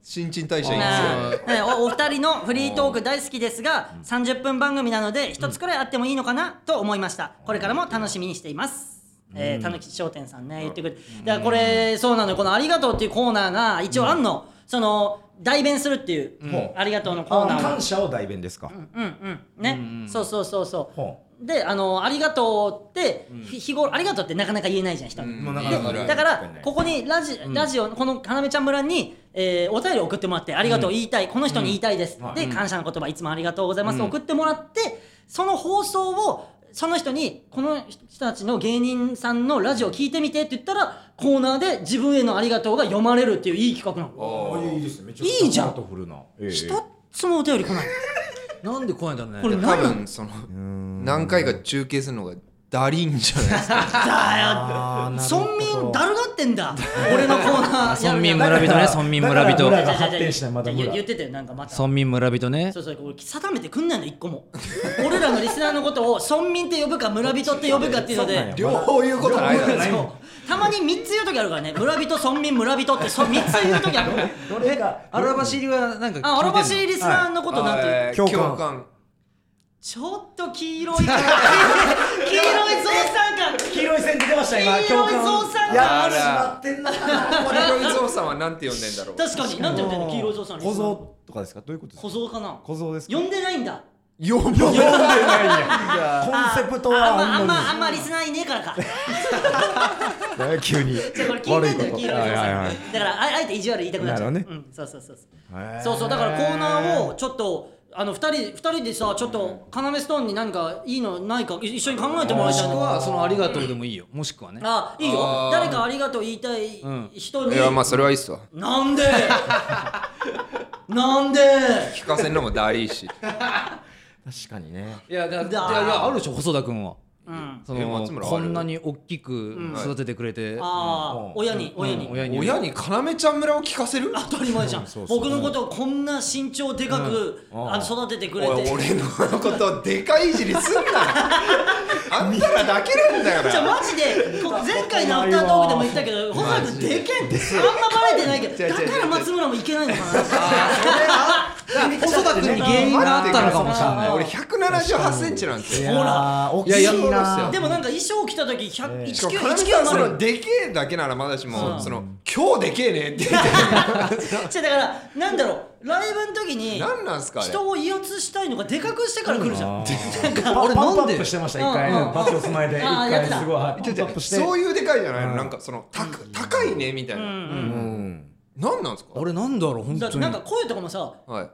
Speaker 4: 新陳代謝いいん
Speaker 1: ねえおお二人のフリートーク大好きですが30分番組なので一つくらいあってもいいのかなと思いましたこれからも楽しみにしていますえーたぬき商店さんね言ってくれてだからこれそうなのよこの「ありがとう」っていうコーナーが一応あんの、その代弁するっていう「
Speaker 3: ほう
Speaker 1: ありがとう」のコー
Speaker 3: あ
Speaker 1: ナーは
Speaker 3: 感謝を代弁ですか
Speaker 1: うんうんね、そうそうそうそう
Speaker 3: ほ
Speaker 1: であの「ありがとう」って、ひ日頃「ありがとう」ってなかなか言えないじゃん人に、
Speaker 3: うもうなん
Speaker 1: で
Speaker 4: わかる
Speaker 1: だからここにラジ,、ラジオこの花芽ちゃん村に、えーお便り送ってもらってありがとう言いたい、この人に言いたいです、
Speaker 3: はい
Speaker 1: で感謝の言葉いつもありがとうございます、送ってもらってその放送をその人にこの人たちの芸人さんのラジオ聞いてみてって言ったらコーナーで自分へのありがとうが読まれるっていういい企画なの
Speaker 3: あいいですねめちゃ
Speaker 1: くちゃいいじゃん
Speaker 3: ハートフルな
Speaker 1: 一つもお便り来ない
Speaker 5: アなんで来ないんだ
Speaker 1: こ
Speaker 5: ろう
Speaker 1: れ
Speaker 5: ね
Speaker 1: 何
Speaker 4: 多
Speaker 1: なんだよ
Speaker 4: 分その何回か中継するのがダリンじゃないですか
Speaker 1: 村民だるがってんだ俺のコーナーやる
Speaker 5: 村民
Speaker 1: やる
Speaker 5: 村人ね村民村
Speaker 3: だから村
Speaker 5: 人
Speaker 3: が発展しないまだ
Speaker 1: じゃあ
Speaker 3: 村
Speaker 1: 言ってたよなんかまた
Speaker 5: 村民村人ね
Speaker 1: そうそうこれ定めてくんないの一個も 俺らのリスナーのことを村民って呼ぶか村人って呼ぶかっていうの
Speaker 3: そうなん
Speaker 1: で
Speaker 3: や
Speaker 4: 両方言うことないだろ
Speaker 1: そうたまに3つ言う時あるからね村人村民村人ってそ3つ言う時ある から
Speaker 3: どれが
Speaker 5: アラバシリはなんか聞いてんの
Speaker 1: あ荒走りリスナーのことなんて言う、
Speaker 4: えー
Speaker 3: 共感
Speaker 4: 共感
Speaker 1: ちょっと黄色い 黄色いゾウさん感
Speaker 3: 黄色い線出てました今
Speaker 1: 黄色い
Speaker 3: 共感
Speaker 1: ゾウさん
Speaker 3: や
Speaker 1: 感
Speaker 3: ってしまってんな
Speaker 4: これゾウさんはなんて呼んでんだろう
Speaker 1: 確かに なんて言ってんの黄色いゾウさん
Speaker 3: 小僧とかですかどういうことです
Speaker 1: 小
Speaker 3: か
Speaker 1: 僧かな
Speaker 3: 小僧ですか
Speaker 1: 呼んでないんだ
Speaker 4: 呼ぶ呼ぶ
Speaker 3: 読んで ないやコンセプトは
Speaker 1: ああ
Speaker 3: あ
Speaker 1: ん
Speaker 3: ん
Speaker 1: ま
Speaker 3: の
Speaker 1: あんまあんまリスナーいねえからか
Speaker 3: に急に
Speaker 1: じゃあこれ聞いてんだよ黄色いゾウさん、
Speaker 3: はいはいはい
Speaker 1: だからああえて意地悪言いたくなっちゃう、
Speaker 3: なるほ
Speaker 1: うんそうそうそうそう
Speaker 3: へー
Speaker 1: そうそうだからコーナーをちょっとあの2人二人でさちょっと要ストーンに何かいいのないかい一緒に考えてもら
Speaker 5: も
Speaker 1: いた
Speaker 5: しく
Speaker 1: いの
Speaker 5: はそのありがとうでもいいよもしくはね
Speaker 1: あいいよ誰かありがとう言いたい人に、
Speaker 4: いやまあそれはいいっすわ
Speaker 1: なんでなんで
Speaker 4: 聞かせんのもダリーし
Speaker 3: 確かにね
Speaker 5: いやだいやい
Speaker 1: だ
Speaker 5: やあるでしょ細田君は
Speaker 1: うん
Speaker 5: そ
Speaker 4: え
Speaker 5: の
Speaker 4: 松村ある
Speaker 5: こんなに大きく育ててくれて
Speaker 1: ああ、
Speaker 3: うん
Speaker 1: 親に親に、
Speaker 5: 親に
Speaker 4: 親に要ちゃん村を聞かせる
Speaker 1: 当たり前じゃん
Speaker 3: そうそう
Speaker 1: 僕のことをこんな身長でかく、あの育ててくれて
Speaker 4: おい俺のことでかいいじりすんなあんたらだけなんだか
Speaker 1: じゃあ
Speaker 4: ら
Speaker 1: マジでこ前回のアフタートークでも言ったけど細田君でけんってあんまバレてないけど
Speaker 4: 違う違う違う
Speaker 1: だから松村もいけないのかな
Speaker 5: 細田君に原因があったのかもしれない
Speaker 4: 俺178センチなんですよ
Speaker 3: ほら大き
Speaker 4: いやい
Speaker 3: い
Speaker 4: やそう
Speaker 3: な
Speaker 1: でもなんか衣装着た時100
Speaker 4: しかも
Speaker 1: 19
Speaker 4: 要ちゃんその
Speaker 1: 19
Speaker 4: でけえだけならまだし
Speaker 1: う
Speaker 4: も
Speaker 1: ん
Speaker 4: その今日でけえねって言っ
Speaker 1: じゃだからなんだろうライブの時
Speaker 4: て
Speaker 1: に
Speaker 4: 何なんすかあれ
Speaker 1: 人を威圧したいのがでかくしてから来るじゃん
Speaker 3: パ
Speaker 5: 俺なんで
Speaker 3: パンプアップしてました一回
Speaker 1: うんうん
Speaker 3: バチオス前で一
Speaker 1: あーやっ
Speaker 3: 回
Speaker 1: てた
Speaker 3: すごいはいパンプアップして
Speaker 4: そういうでかいじゃないのなんかそのたく高いねみたいな
Speaker 3: うん
Speaker 4: 何なんすか
Speaker 5: 俺なんだろう本
Speaker 1: だ
Speaker 5: 当に
Speaker 1: なんか声とかもさ
Speaker 4: はい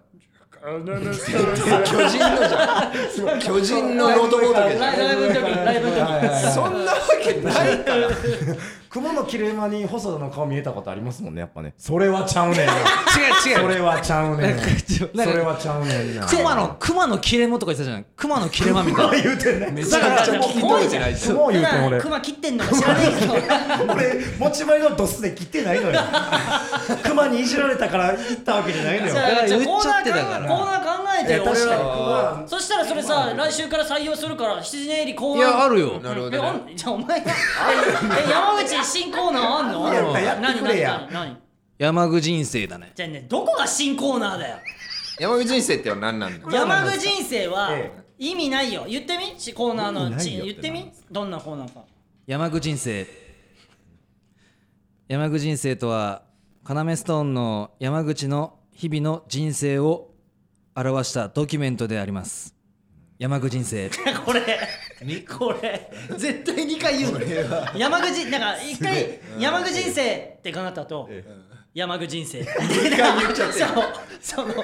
Speaker 4: 巨人のじゃん巨人のロードボードじゃ
Speaker 1: ライライブの時ライブの時
Speaker 3: はいはいは
Speaker 4: ん
Speaker 3: い
Speaker 4: そんなわけないから
Speaker 3: 雲の切れ間に細田の顔見えたことありますもんねやっぱねそれはちゃうね んな
Speaker 5: 違う違う
Speaker 3: それはちゃうねんな
Speaker 5: ちょ
Speaker 3: それはちゃうねんな
Speaker 5: 熊の熊の切れ間とか言ってたじゃない熊の切れ間みたいな
Speaker 3: 言うてんね
Speaker 4: め
Speaker 3: め
Speaker 4: ちゃくちゃ聞き取れてないですよ
Speaker 3: 雲言うてん俺
Speaker 1: クマ切ってんのか知らねえけど
Speaker 3: 俺持ち前のドスで切ってないのよ熊にいじられたから切ったわけじゃないのよ
Speaker 1: じゃあじゃあコ
Speaker 5: 言っ
Speaker 1: ー
Speaker 5: ち
Speaker 1: ナ
Speaker 5: ゃ
Speaker 1: ー
Speaker 5: っ
Speaker 1: 考
Speaker 5: てたから
Speaker 1: えコーナー考えて
Speaker 3: え
Speaker 1: よ
Speaker 3: 確
Speaker 1: 俺
Speaker 3: からに
Speaker 1: そしたらそれさ、来週から採用するから、七時ネイリコー
Speaker 5: い
Speaker 1: ナー。
Speaker 5: やあるよ
Speaker 4: なるほどね
Speaker 1: えあんじゃあお前が、え、山口新コーナーあんの
Speaker 3: やったやってくれや
Speaker 1: 何何何何
Speaker 5: 山口人生だね
Speaker 1: じゃあね、どこが新コーナーだよ。
Speaker 4: 山口人生っては何なんだ
Speaker 1: 山口人生は
Speaker 3: え
Speaker 1: 意味ないよ。言ってみしコーナー
Speaker 3: 意味
Speaker 1: の
Speaker 3: ない
Speaker 1: ち
Speaker 3: よ
Speaker 1: 言っ
Speaker 3: って
Speaker 1: てみどんなコーナーか。
Speaker 5: 山口人生山口人生とは要ストーンの山口の日々の人生を表したドキュメントであります山口人生
Speaker 1: これ、これ絶対2回言うの山口なんか1回山口人生って考えた後山口人生2回言っちゃって そうその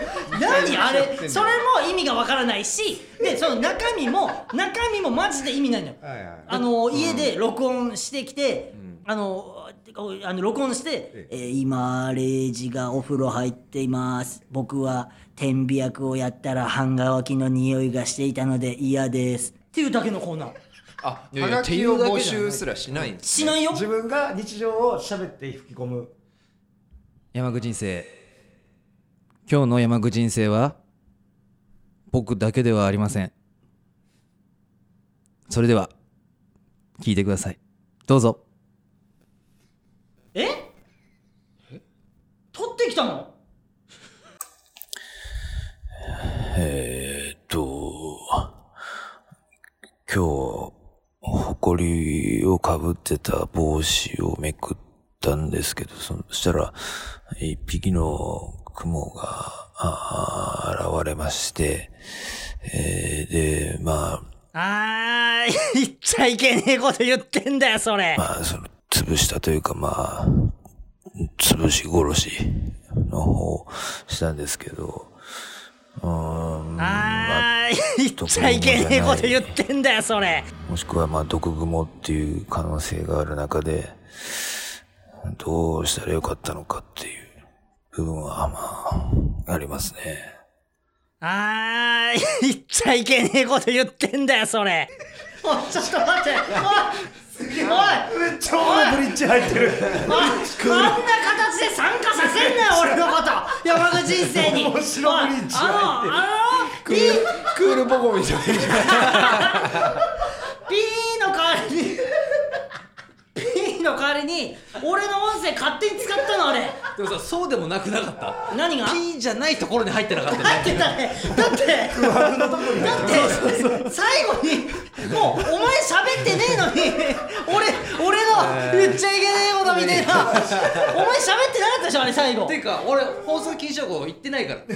Speaker 1: 何あれそれも意味がわからないしでその中身も中身もマジで意味ないのよ
Speaker 4: はいはい
Speaker 1: あの家で録音してきて、あのおあの録音して
Speaker 4: え
Speaker 1: 「えー今レイジがお風呂入っています僕は天秤役をやったら半乾きの匂いがしていたので嫌です」っていうだけのコーナー
Speaker 4: あ、
Speaker 2: や
Speaker 4: はいが
Speaker 2: や
Speaker 4: きを募集すらしないんです
Speaker 1: しないよ
Speaker 3: 自分が日常を喋って吹き込む
Speaker 5: 山口人生今日の山口人生は僕だけではありませんそれでは聞いてくださいどうぞ
Speaker 1: え取ってきたの
Speaker 7: えーっと、今日、埃をかぶってた帽子をめくったんですけど、そそしたら、一匹の雲が、あー現れまして、えーで、まあ、
Speaker 1: あー言っちゃいけねえこと言ってんだよそれ
Speaker 7: まあ、その、潰したというか、まあ、潰し殺しの方をしたんですけど、うーん、
Speaker 1: あー言
Speaker 7: ど
Speaker 1: っ
Speaker 7: こ
Speaker 1: ち
Speaker 7: も
Speaker 1: ゃ
Speaker 7: じ
Speaker 1: い
Speaker 7: ゃ
Speaker 1: けねえこと
Speaker 7: ない
Speaker 1: 言ってんだよそれ
Speaker 7: もしくはまあ毒蜘蛛っていう可能性がある中で、どうしたらよかったのかっていう部分はまあ、ありますね。
Speaker 1: あー、言っちゃいけねえこと言ってんだよ、それ。おい、ちょっと待って、おい、すげえ、おい、
Speaker 3: 超のブリッジ入って
Speaker 1: お
Speaker 3: る
Speaker 1: いこんな形で参加させんなよ、俺のこと、山口人生に。
Speaker 3: 面白ブリッジ
Speaker 1: おい
Speaker 3: 入ってる
Speaker 1: あの、あの、ピー、
Speaker 4: クールポコみたいな
Speaker 1: ピーの代わりに、ピーの代わりに、俺の音声勝手に使ったの、あれ。
Speaker 5: でもさそうでもなくなかった
Speaker 1: 何が
Speaker 5: いいじゃないところに入ってなか った
Speaker 1: だってだねだってだって最後にもうお前喋ってねえのに俺俺の言っちゃいけねえことみたいなお前喋ってなかったでしょあれ最後
Speaker 5: ていうか俺放送禁止用語言ってないから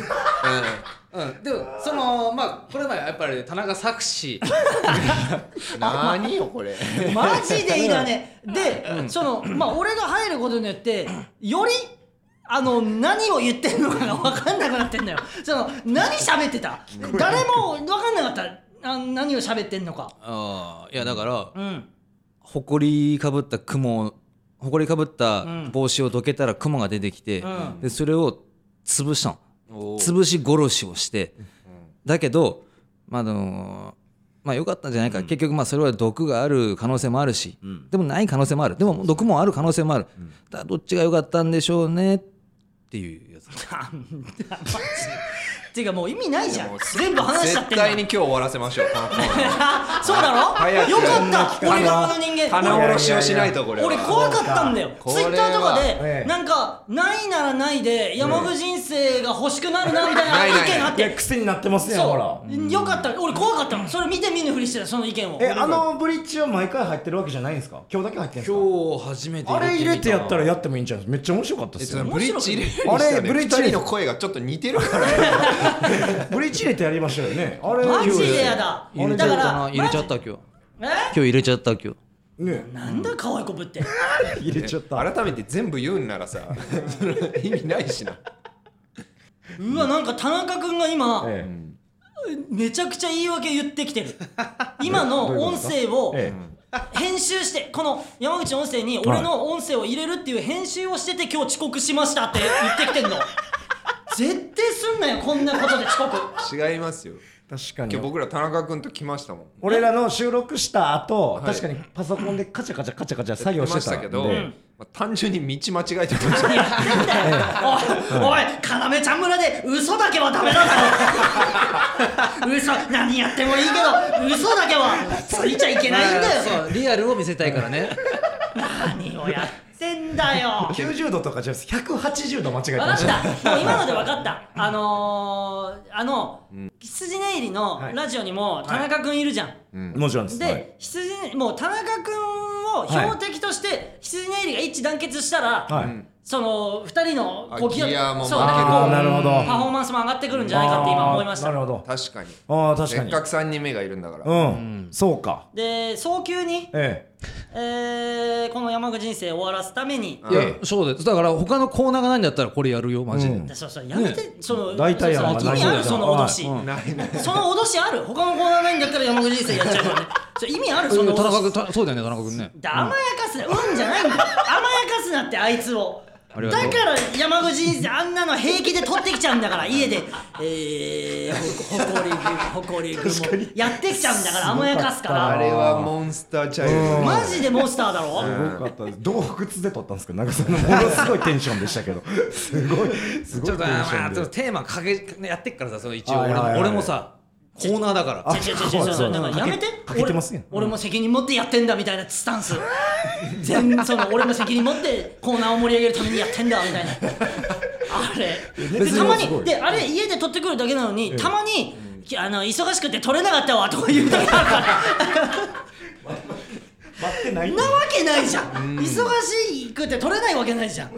Speaker 5: うん、でもそのまあこれ前やっぱり田中作詞
Speaker 4: 何よこれ
Speaker 1: マジでいらねえでそのまあ俺が入ることによってよりあの何を言ってるのかが分かんなくなってんだよその何喋ってた誰も分かんなかったあ何を喋ってんのか
Speaker 5: ああいやだから
Speaker 1: うん
Speaker 5: 埃かぶった雲を埃かぶった帽子をどけたら雲が出てきて、
Speaker 1: うん
Speaker 5: でそれを潰したの
Speaker 4: おー
Speaker 5: 潰し殺しをして、だけどまああのまあ良かったんじゃないか、結局まあそれは毒がある可能性もあるし、でもない可能性もあるでも毒もある可能性もある、だからどっちが良かったんでしょうねっていうやつ
Speaker 1: なんだマジっていうかもう意味ないじゃん全部話しちゃっ
Speaker 4: 絶
Speaker 1: てんだ
Speaker 4: 対に今日終わらせましょうこのコーナー
Speaker 1: あそうだろ
Speaker 4: 早く
Speaker 1: よかった俺側の人
Speaker 4: 棚
Speaker 1: 間
Speaker 4: 卸しをしないとこれは
Speaker 1: 俺怖かったんだよツ
Speaker 4: こ
Speaker 1: イ
Speaker 4: れは
Speaker 1: ッターとか
Speaker 3: え
Speaker 1: で
Speaker 3: え
Speaker 1: なんかないならないで山口人生が欲しくなるなみたいな
Speaker 4: ないない
Speaker 1: 意見があっ
Speaker 3: いや
Speaker 1: て
Speaker 3: 癖になってますねほら
Speaker 1: そうよかった俺怖かったのそれ見て見ぬふりしてたその意見を
Speaker 3: えあのブリッジは毎回入ってるわけじゃないんですか今日だけ入ってるんですか
Speaker 5: 今日初めて
Speaker 3: あれ入れてやった
Speaker 5: ら
Speaker 3: らやってもいいんじゃないめっちゃ面白かったで
Speaker 4: え
Speaker 3: す
Speaker 4: その
Speaker 3: よ
Speaker 4: ブリッジ入れる
Speaker 3: あれ
Speaker 4: あれ
Speaker 3: ブ
Speaker 4: ブ
Speaker 3: リ
Speaker 4: リ
Speaker 3: ッ
Speaker 4: ッ
Speaker 3: ジ
Speaker 4: ジ人の声がちょっと似てるから
Speaker 3: ブリッジ入れてやりましょうよねあれ
Speaker 1: マジでやだ
Speaker 5: 入れちゃ
Speaker 1: だ
Speaker 5: った
Speaker 1: か
Speaker 5: な
Speaker 1: ら
Speaker 5: 入れちゃった今日今
Speaker 1: マジ
Speaker 5: 日入れちゃった今日
Speaker 3: ね
Speaker 1: えなんだ可愛い子ぶって
Speaker 3: 入れちゃった
Speaker 4: 改めて全部言うんならさその意味ないしな
Speaker 1: うわなんか田中君が今
Speaker 3: ええ
Speaker 1: めちゃくちゃ言い訳言ってきて る今の音声を
Speaker 3: え
Speaker 1: 編集してこの山口音声に俺の音声を入れるっていう編集をしてて今日遅刻しましたって言ってきてんの絶対すんなよこんなことで遅刻
Speaker 4: 違いますよ
Speaker 3: え確か
Speaker 4: 今日
Speaker 3: に
Speaker 4: 僕ら田中君と来ましたもん
Speaker 3: 俺らの収録した後
Speaker 4: い
Speaker 3: 確かにパソコンでカチャカチャカチャカチャ作業
Speaker 4: 来ま
Speaker 3: し
Speaker 4: して
Speaker 3: た
Speaker 4: た
Speaker 3: ん
Speaker 4: け
Speaker 3: で
Speaker 4: ど、まあ、単純に道間違えてました
Speaker 1: おい、おい、要ちゃん村で嘘だけはダメなんだよ嘘、何やってもいいけど嘘だけはついちゃいけないんだよ
Speaker 5: そうリアルを見せたいから ね
Speaker 1: 何をやってんだよ
Speaker 3: 90度とかじゃなくて180度間違えて
Speaker 1: 分か
Speaker 3: ま
Speaker 1: っ
Speaker 3: した
Speaker 1: たもう今ので分かったあのー、あの、羊ね入りのラジオにも田中君いるじゃん、
Speaker 3: もちろんですはい
Speaker 1: で、羊ねもう田中君を標的として羊ネイリが一致団結したら、
Speaker 3: はい
Speaker 1: その二人のこう
Speaker 4: あギアも
Speaker 1: そう
Speaker 4: まあ
Speaker 1: 結構
Speaker 3: なるほど
Speaker 1: パフォーマンスも上がってくるんじゃないかって今思いまし
Speaker 3: あー
Speaker 1: た
Speaker 3: なるほ
Speaker 4: 確かに
Speaker 3: どああ確
Speaker 4: せ
Speaker 3: か
Speaker 4: っ
Speaker 3: に
Speaker 4: かく3人目がいるんだから、
Speaker 3: うんそうか
Speaker 1: で早急に、
Speaker 3: え
Speaker 1: えーこの山口人生を終わらすために、
Speaker 2: いやそうですだから他のコーナーがないんだったらこれやるよマジで、
Speaker 3: うん
Speaker 1: そうそうやめて、その
Speaker 3: 大体や
Speaker 1: そ
Speaker 3: な
Speaker 1: うそう意味あるその脅し、
Speaker 4: ないない
Speaker 1: その脅しある他のコーナーないんだったら山口人生やっちゃうからねちょ意味あるそ
Speaker 2: いや
Speaker 1: の
Speaker 2: 田中
Speaker 1: 脅
Speaker 2: 君
Speaker 1: した
Speaker 2: そうだよね田中君ね
Speaker 1: 甘やかすなうんじゃないんだよ甘やかすなってあいつをだから山口人生あんなの平気で取ってきちゃうんだから家でえーほほこりほこり軍もやってきちゃうんだから甘やかすか
Speaker 4: あ
Speaker 1: ら
Speaker 4: れはモンスターチャイルド
Speaker 1: マジでモンスターだろ、
Speaker 3: すごかったです洞窟で撮ったんですけどなんかそのものすごいテンションでしたけどすごいす
Speaker 5: ち
Speaker 3: ごいテ
Speaker 5: ょっ
Speaker 3: ンシ
Speaker 5: とまあま
Speaker 3: ョ
Speaker 5: あ
Speaker 3: ン
Speaker 5: ちょっ
Speaker 3: で
Speaker 5: とテーマかけやってっからさその一応
Speaker 3: はい
Speaker 5: 俺
Speaker 3: はいはい
Speaker 5: も俺もさコーナーだから
Speaker 1: 違う違う違う違う
Speaker 3: そう
Speaker 1: だからやめて
Speaker 3: かけてますやん
Speaker 1: 俺俺も責任持ってやってんだみたいなスタンス全然その俺も責任持ってコーナーを盛り上げるためにやってんだみたいなあれで
Speaker 3: 熱量
Speaker 1: たます
Speaker 3: ご
Speaker 1: に
Speaker 3: い
Speaker 1: であれ家で取ってくるだけなのにたまにきあの忙しくて取れなかったわとか言う時あるから
Speaker 3: 待ってない
Speaker 1: なわけないじゃん忙しくて取れないわけないじゃん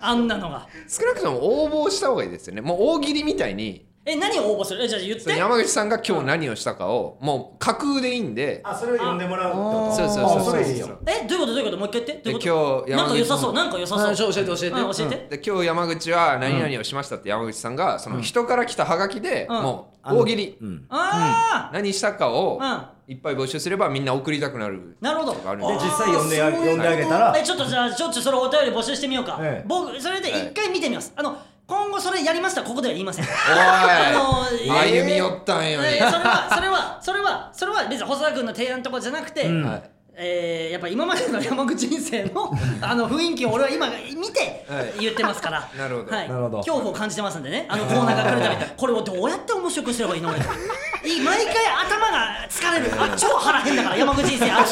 Speaker 1: あんなのが
Speaker 4: 少なくとも応募した方がいいですよねもう大喜利みたいに
Speaker 1: え何を応募するえじゃあ言っ
Speaker 4: その
Speaker 1: て
Speaker 4: 山口さんが今日何をしたかをもう架空でいいんで
Speaker 3: あそれを呼んでもらうってこと
Speaker 4: そうそう
Speaker 3: あ
Speaker 4: そう
Speaker 3: そ
Speaker 4: そう
Speaker 3: れいい
Speaker 4: そ
Speaker 3: よ
Speaker 4: う
Speaker 1: えどういうことどういうこともう一回言ってどういうこと
Speaker 4: で今日
Speaker 1: なんか良さそう
Speaker 4: 山
Speaker 1: な
Speaker 4: 口
Speaker 1: んか良さそう
Speaker 5: 教えて教えて
Speaker 1: うん教えて
Speaker 4: で今日山口は何々をしましたって山口さんがその人から来たハガキで
Speaker 1: うん
Speaker 4: もう大喜利
Speaker 3: うん
Speaker 1: あ
Speaker 4: 何したかを
Speaker 1: う
Speaker 4: いっぱい募集すればみんな送りたくなる
Speaker 1: あなるほど
Speaker 4: とかあるん
Speaker 3: で
Speaker 4: で
Speaker 3: 実際呼んでや呼んであげたら
Speaker 1: えちょっとじゃあちょっとそれお便り募集してみようか、
Speaker 3: ええ
Speaker 1: 僕それで一回見てみます、あの今後それやりましたここでは言いませんあの
Speaker 4: おい
Speaker 1: え
Speaker 4: 歩み寄ったん
Speaker 1: え
Speaker 4: よ
Speaker 1: そ
Speaker 4: ね
Speaker 1: れはそれはそれはそれは別に細田君の提案とかじゃなくて、えーやっぱ今までの山口人生のあの雰囲気を俺は今見て
Speaker 4: はい
Speaker 1: 言ってますから、はい、
Speaker 4: なるほど
Speaker 1: はい、
Speaker 3: なるほど
Speaker 1: 恐怖を感じてますんでねあのコーナーが来るたびにこれをどうやって面白くすればいいの俺い毎回頭が疲れるあ超腹減んだから山口人生ある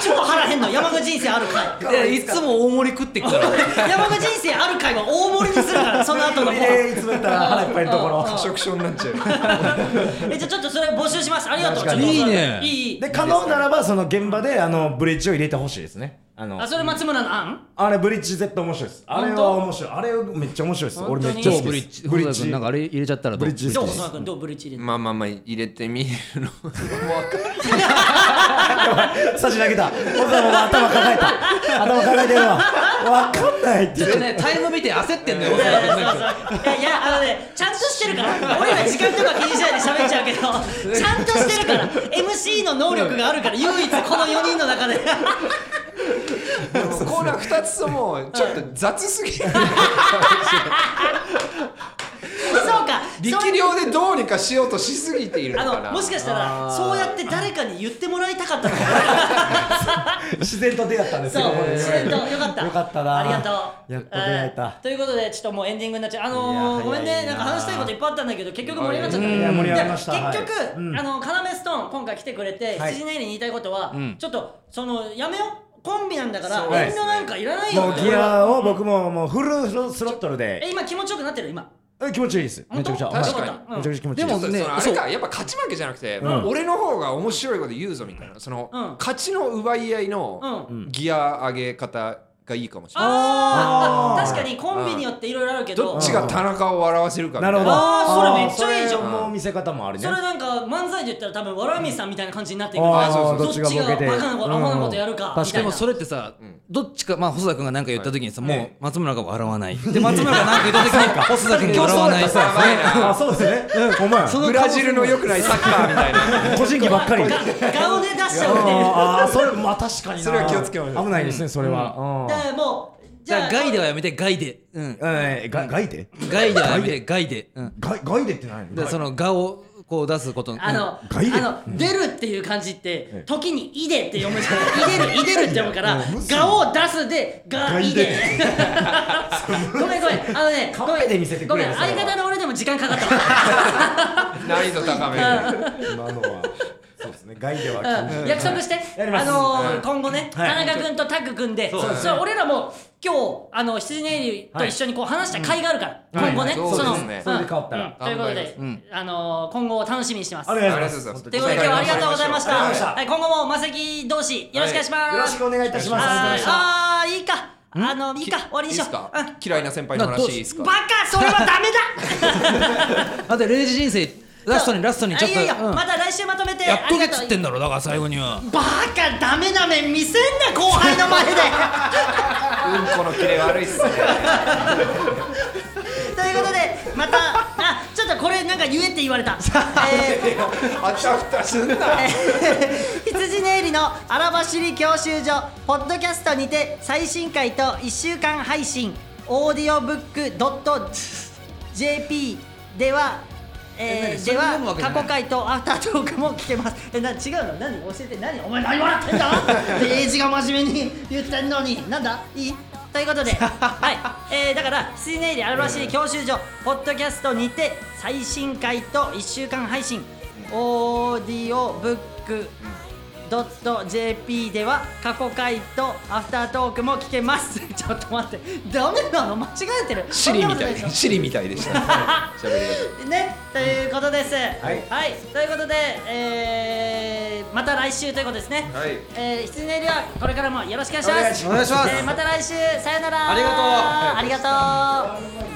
Speaker 1: 超腹減んの山口人生ある回
Speaker 5: いやいつも大盛り食ってっから
Speaker 1: 山口人生ある回は大盛りにするからその後のご飯
Speaker 3: えいつもやったら腹いっぱいのところ
Speaker 4: 過食症になっちゃ
Speaker 1: えじゃあちょっとそれ募集しますありがとう
Speaker 3: 確かに
Speaker 1: ちょっと
Speaker 5: いいね
Speaker 1: いいいい
Speaker 3: で可能ならばその現場であのブリッジを入れてほしいですねあの
Speaker 1: あそれ松村の案
Speaker 3: あれブリッジ絶対面白いですあれは面白いあれめっちゃ面白いです
Speaker 1: 本
Speaker 3: 俺
Speaker 1: 当に
Speaker 3: めっちゃ好き
Speaker 5: ブリ
Speaker 3: で
Speaker 5: ッ
Speaker 3: す
Speaker 5: ジ細田君なんかあれ入れちゃったらど
Speaker 3: ブ
Speaker 5: う
Speaker 3: リッジ
Speaker 1: どう
Speaker 3: 好き
Speaker 1: 細田君どうブリッジ入れ
Speaker 4: う
Speaker 1: て
Speaker 4: まあまあまあ入れてみる のもう
Speaker 3: です差し投げた俺も頭抱えた頭抱えてるわ分かんないって言
Speaker 5: ちょ
Speaker 3: っ
Speaker 5: ってとねタイム見て焦ってんのよ
Speaker 1: い
Speaker 5: 細田
Speaker 1: やい
Speaker 5: 君
Speaker 1: や
Speaker 5: なん
Speaker 1: そう
Speaker 5: か
Speaker 1: そういやいやあのねちゃんとしてるから俺ら時間とか気にしないで喋っちゃうけ どちゃんとしてるから MC の能力があるから唯一この4人の中で
Speaker 4: コーナー2つともちょっと雑すぎる
Speaker 1: そうかそう
Speaker 4: 力量でどうにかしようとしすぎているのか
Speaker 1: あ
Speaker 4: な
Speaker 1: のもしかしたらそうやって誰かに言ってもらいたかったのかな
Speaker 3: 自然と出会ったんです
Speaker 1: そう
Speaker 3: けど、
Speaker 1: 自然とよかった。
Speaker 3: よかったな
Speaker 1: ありがとう。
Speaker 3: やっと出会えた
Speaker 1: はいということで、ちょっともうエンディングになっちゃう。あ
Speaker 3: いや
Speaker 1: の
Speaker 3: 早
Speaker 1: ー、
Speaker 3: い
Speaker 1: ごめん
Speaker 3: な
Speaker 1: ね、なんか話したいこといっぱいあったんだけど、結局盛り上がっちゃったね。
Speaker 3: いや盛り上がりました
Speaker 1: で
Speaker 3: はい
Speaker 1: 結局、あの、カナメストーン、今回来てくれて、
Speaker 3: はい
Speaker 1: 羊ネイリに言いたいことは、ちょっと、その、やめよう。コンビなんだから、
Speaker 4: そう
Speaker 3: ですね
Speaker 1: 遠慮なんかいらないよ。
Speaker 3: もうギアを僕ももうフルスロットルで
Speaker 1: え、今気持ちよくなってる今。
Speaker 3: え気持ちいいですめ
Speaker 1: 本
Speaker 3: ち
Speaker 1: 当
Speaker 3: ゃくちゃ
Speaker 1: よか
Speaker 4: 確か
Speaker 1: ったう
Speaker 4: に
Speaker 1: ん
Speaker 3: めちゃくちゃ気持ちいい
Speaker 5: でも
Speaker 4: そうだ
Speaker 5: ね
Speaker 4: よそのあ
Speaker 5: そ
Speaker 4: れ
Speaker 5: う
Speaker 4: かやっぱ勝ち負けじゃなくて、
Speaker 3: ん
Speaker 4: 俺の方が面白いこと言うぞみたいなその、
Speaker 1: うん
Speaker 4: 勝ちの奪い合いの
Speaker 1: う
Speaker 4: ギア上げ方がいいかもしれない、
Speaker 1: あーあ確かにコンビによっていろいろあるけど、
Speaker 4: どっちが田中を笑わせるかみた
Speaker 3: ないるほど
Speaker 1: あーそれめっちゃいいじゃん
Speaker 3: それもう見せ方もあるね
Speaker 1: それなんか漫才で言ったら多分わらみさんみたいな感じになっていくん
Speaker 3: あ
Speaker 1: だ
Speaker 3: ー
Speaker 1: よ
Speaker 3: そうそう
Speaker 1: どっちが
Speaker 3: どっちがボケて
Speaker 1: バカなことアホなことやるかみ
Speaker 5: で
Speaker 1: たい
Speaker 5: も
Speaker 1: な
Speaker 5: それってさ、どっちか、まあ、細田君が何か言った時にさ、もう松村が笑わない。で、松村が何か言った時に、細田君が笑わない。
Speaker 4: そうだやばいな
Speaker 3: あそうですねお前
Speaker 5: その
Speaker 4: ブラジルの良くないサッカーみたいな
Speaker 3: 個人技ばっかり
Speaker 1: 顔で出しちゃうっていう
Speaker 3: ああそれまあ確かにな
Speaker 4: それは気をつけましょう
Speaker 3: 危ないですねそれは
Speaker 1: だからもうじ
Speaker 5: じ
Speaker 1: ゃ
Speaker 5: ゃ
Speaker 1: あ
Speaker 5: あ、ガイではやめて、ガイで。うん。
Speaker 3: うんえーがガイデ
Speaker 5: ガイではやめて、ガイで。うん。
Speaker 3: ガイガイデって何
Speaker 5: で、その、ガをこう出すこと。
Speaker 1: あの、
Speaker 3: ガイで
Speaker 1: あの出るっていう漢字って時に「いで」って読むじゃない「いでる」「いでる」って読むから「が」を出すで「が」「いで」 ごめんごめんあのねごめん
Speaker 3: カンペで見せてくれよ
Speaker 1: ご
Speaker 3: そ
Speaker 1: め
Speaker 3: れ
Speaker 1: ん
Speaker 3: は
Speaker 1: 相方の俺でも時間かかったわ
Speaker 4: 難易度高め
Speaker 3: 今のはそうですですね外では
Speaker 1: うん約束して、
Speaker 3: やりま
Speaker 1: あ
Speaker 3: す
Speaker 1: のー今後ね、
Speaker 3: はい
Speaker 1: 田中君とタッグ君で、そうそう俺らも今日あの羊ネイリと一緒にこう話した甲斐があるから、
Speaker 3: はい
Speaker 1: 今後ね、
Speaker 4: はい
Speaker 1: その
Speaker 4: そうですね
Speaker 1: ん
Speaker 3: それで変わったら
Speaker 1: うんということで、あのー今後を楽しみにしてます。
Speaker 3: お
Speaker 1: と
Speaker 3: 願い
Speaker 4: あ
Speaker 3: し
Speaker 4: り
Speaker 3: ま
Speaker 4: がとう
Speaker 3: す
Speaker 4: ご
Speaker 1: いうことで
Speaker 4: ざいます
Speaker 1: 今日はありがとうございました。
Speaker 3: ありがとうございました
Speaker 1: はい、今後もマセキ同士よろしくお願いします。
Speaker 3: よろしくお願いいたします
Speaker 1: はいあ
Speaker 3: 本
Speaker 1: ーいいか、あのいいか終わり
Speaker 4: い
Speaker 1: に
Speaker 4: い
Speaker 1: し
Speaker 4: で
Speaker 1: よう。
Speaker 4: す
Speaker 1: う
Speaker 4: か
Speaker 1: ん
Speaker 4: 嫌いな先輩の話いいです
Speaker 1: バ
Speaker 4: か
Speaker 1: カそれはダメ
Speaker 5: だ
Speaker 1: だ。
Speaker 5: って0時人生ラストにラストにちょっと
Speaker 1: あいいよいいよ
Speaker 5: うん
Speaker 1: また来週まとめて
Speaker 5: やっとけっ
Speaker 1: ありが
Speaker 5: つ
Speaker 1: と
Speaker 5: っ
Speaker 1: う
Speaker 5: てんだろだから最後には
Speaker 1: バカダメな面見せんな後輩の前で
Speaker 4: うんこのキレ悪いっすね
Speaker 1: ということでまたあちょっとこれなんか言えって言わ れた、えー
Speaker 4: あたふたすんな
Speaker 1: えー羊ネイリの荒走り教習所ポッドキャストにて最新回と1週間配信オーディオブックドット JP ではえ
Speaker 5: え何
Speaker 1: ー、
Speaker 5: そ
Speaker 1: で
Speaker 5: れ
Speaker 1: は
Speaker 5: 読むわけじゃ
Speaker 1: 過
Speaker 5: ない
Speaker 1: 去回とアフタートークも聞けますえな違うの何教えて何お前何笑ってんだエイジが真面目に言ってんのになんだいいということ ではい、えー、だから羊ネイリ荒走り教習所ポッドキャストにて最新回と1週間配信オーディオブック .jp では過去回とアフタートークも聞けます ちょっと待ってダメなの間違えてる
Speaker 4: シリみた
Speaker 1: そんなことなでしょ
Speaker 4: いシリみたいでしたね喋り方
Speaker 1: ねということですはいということで、えーまた来週ということですね
Speaker 4: はい
Speaker 1: えー、羊ネイリはこれからもよろしくお願いします
Speaker 3: お願いします
Speaker 1: えーまた来週さよなら
Speaker 5: ありがとう
Speaker 1: ありがとう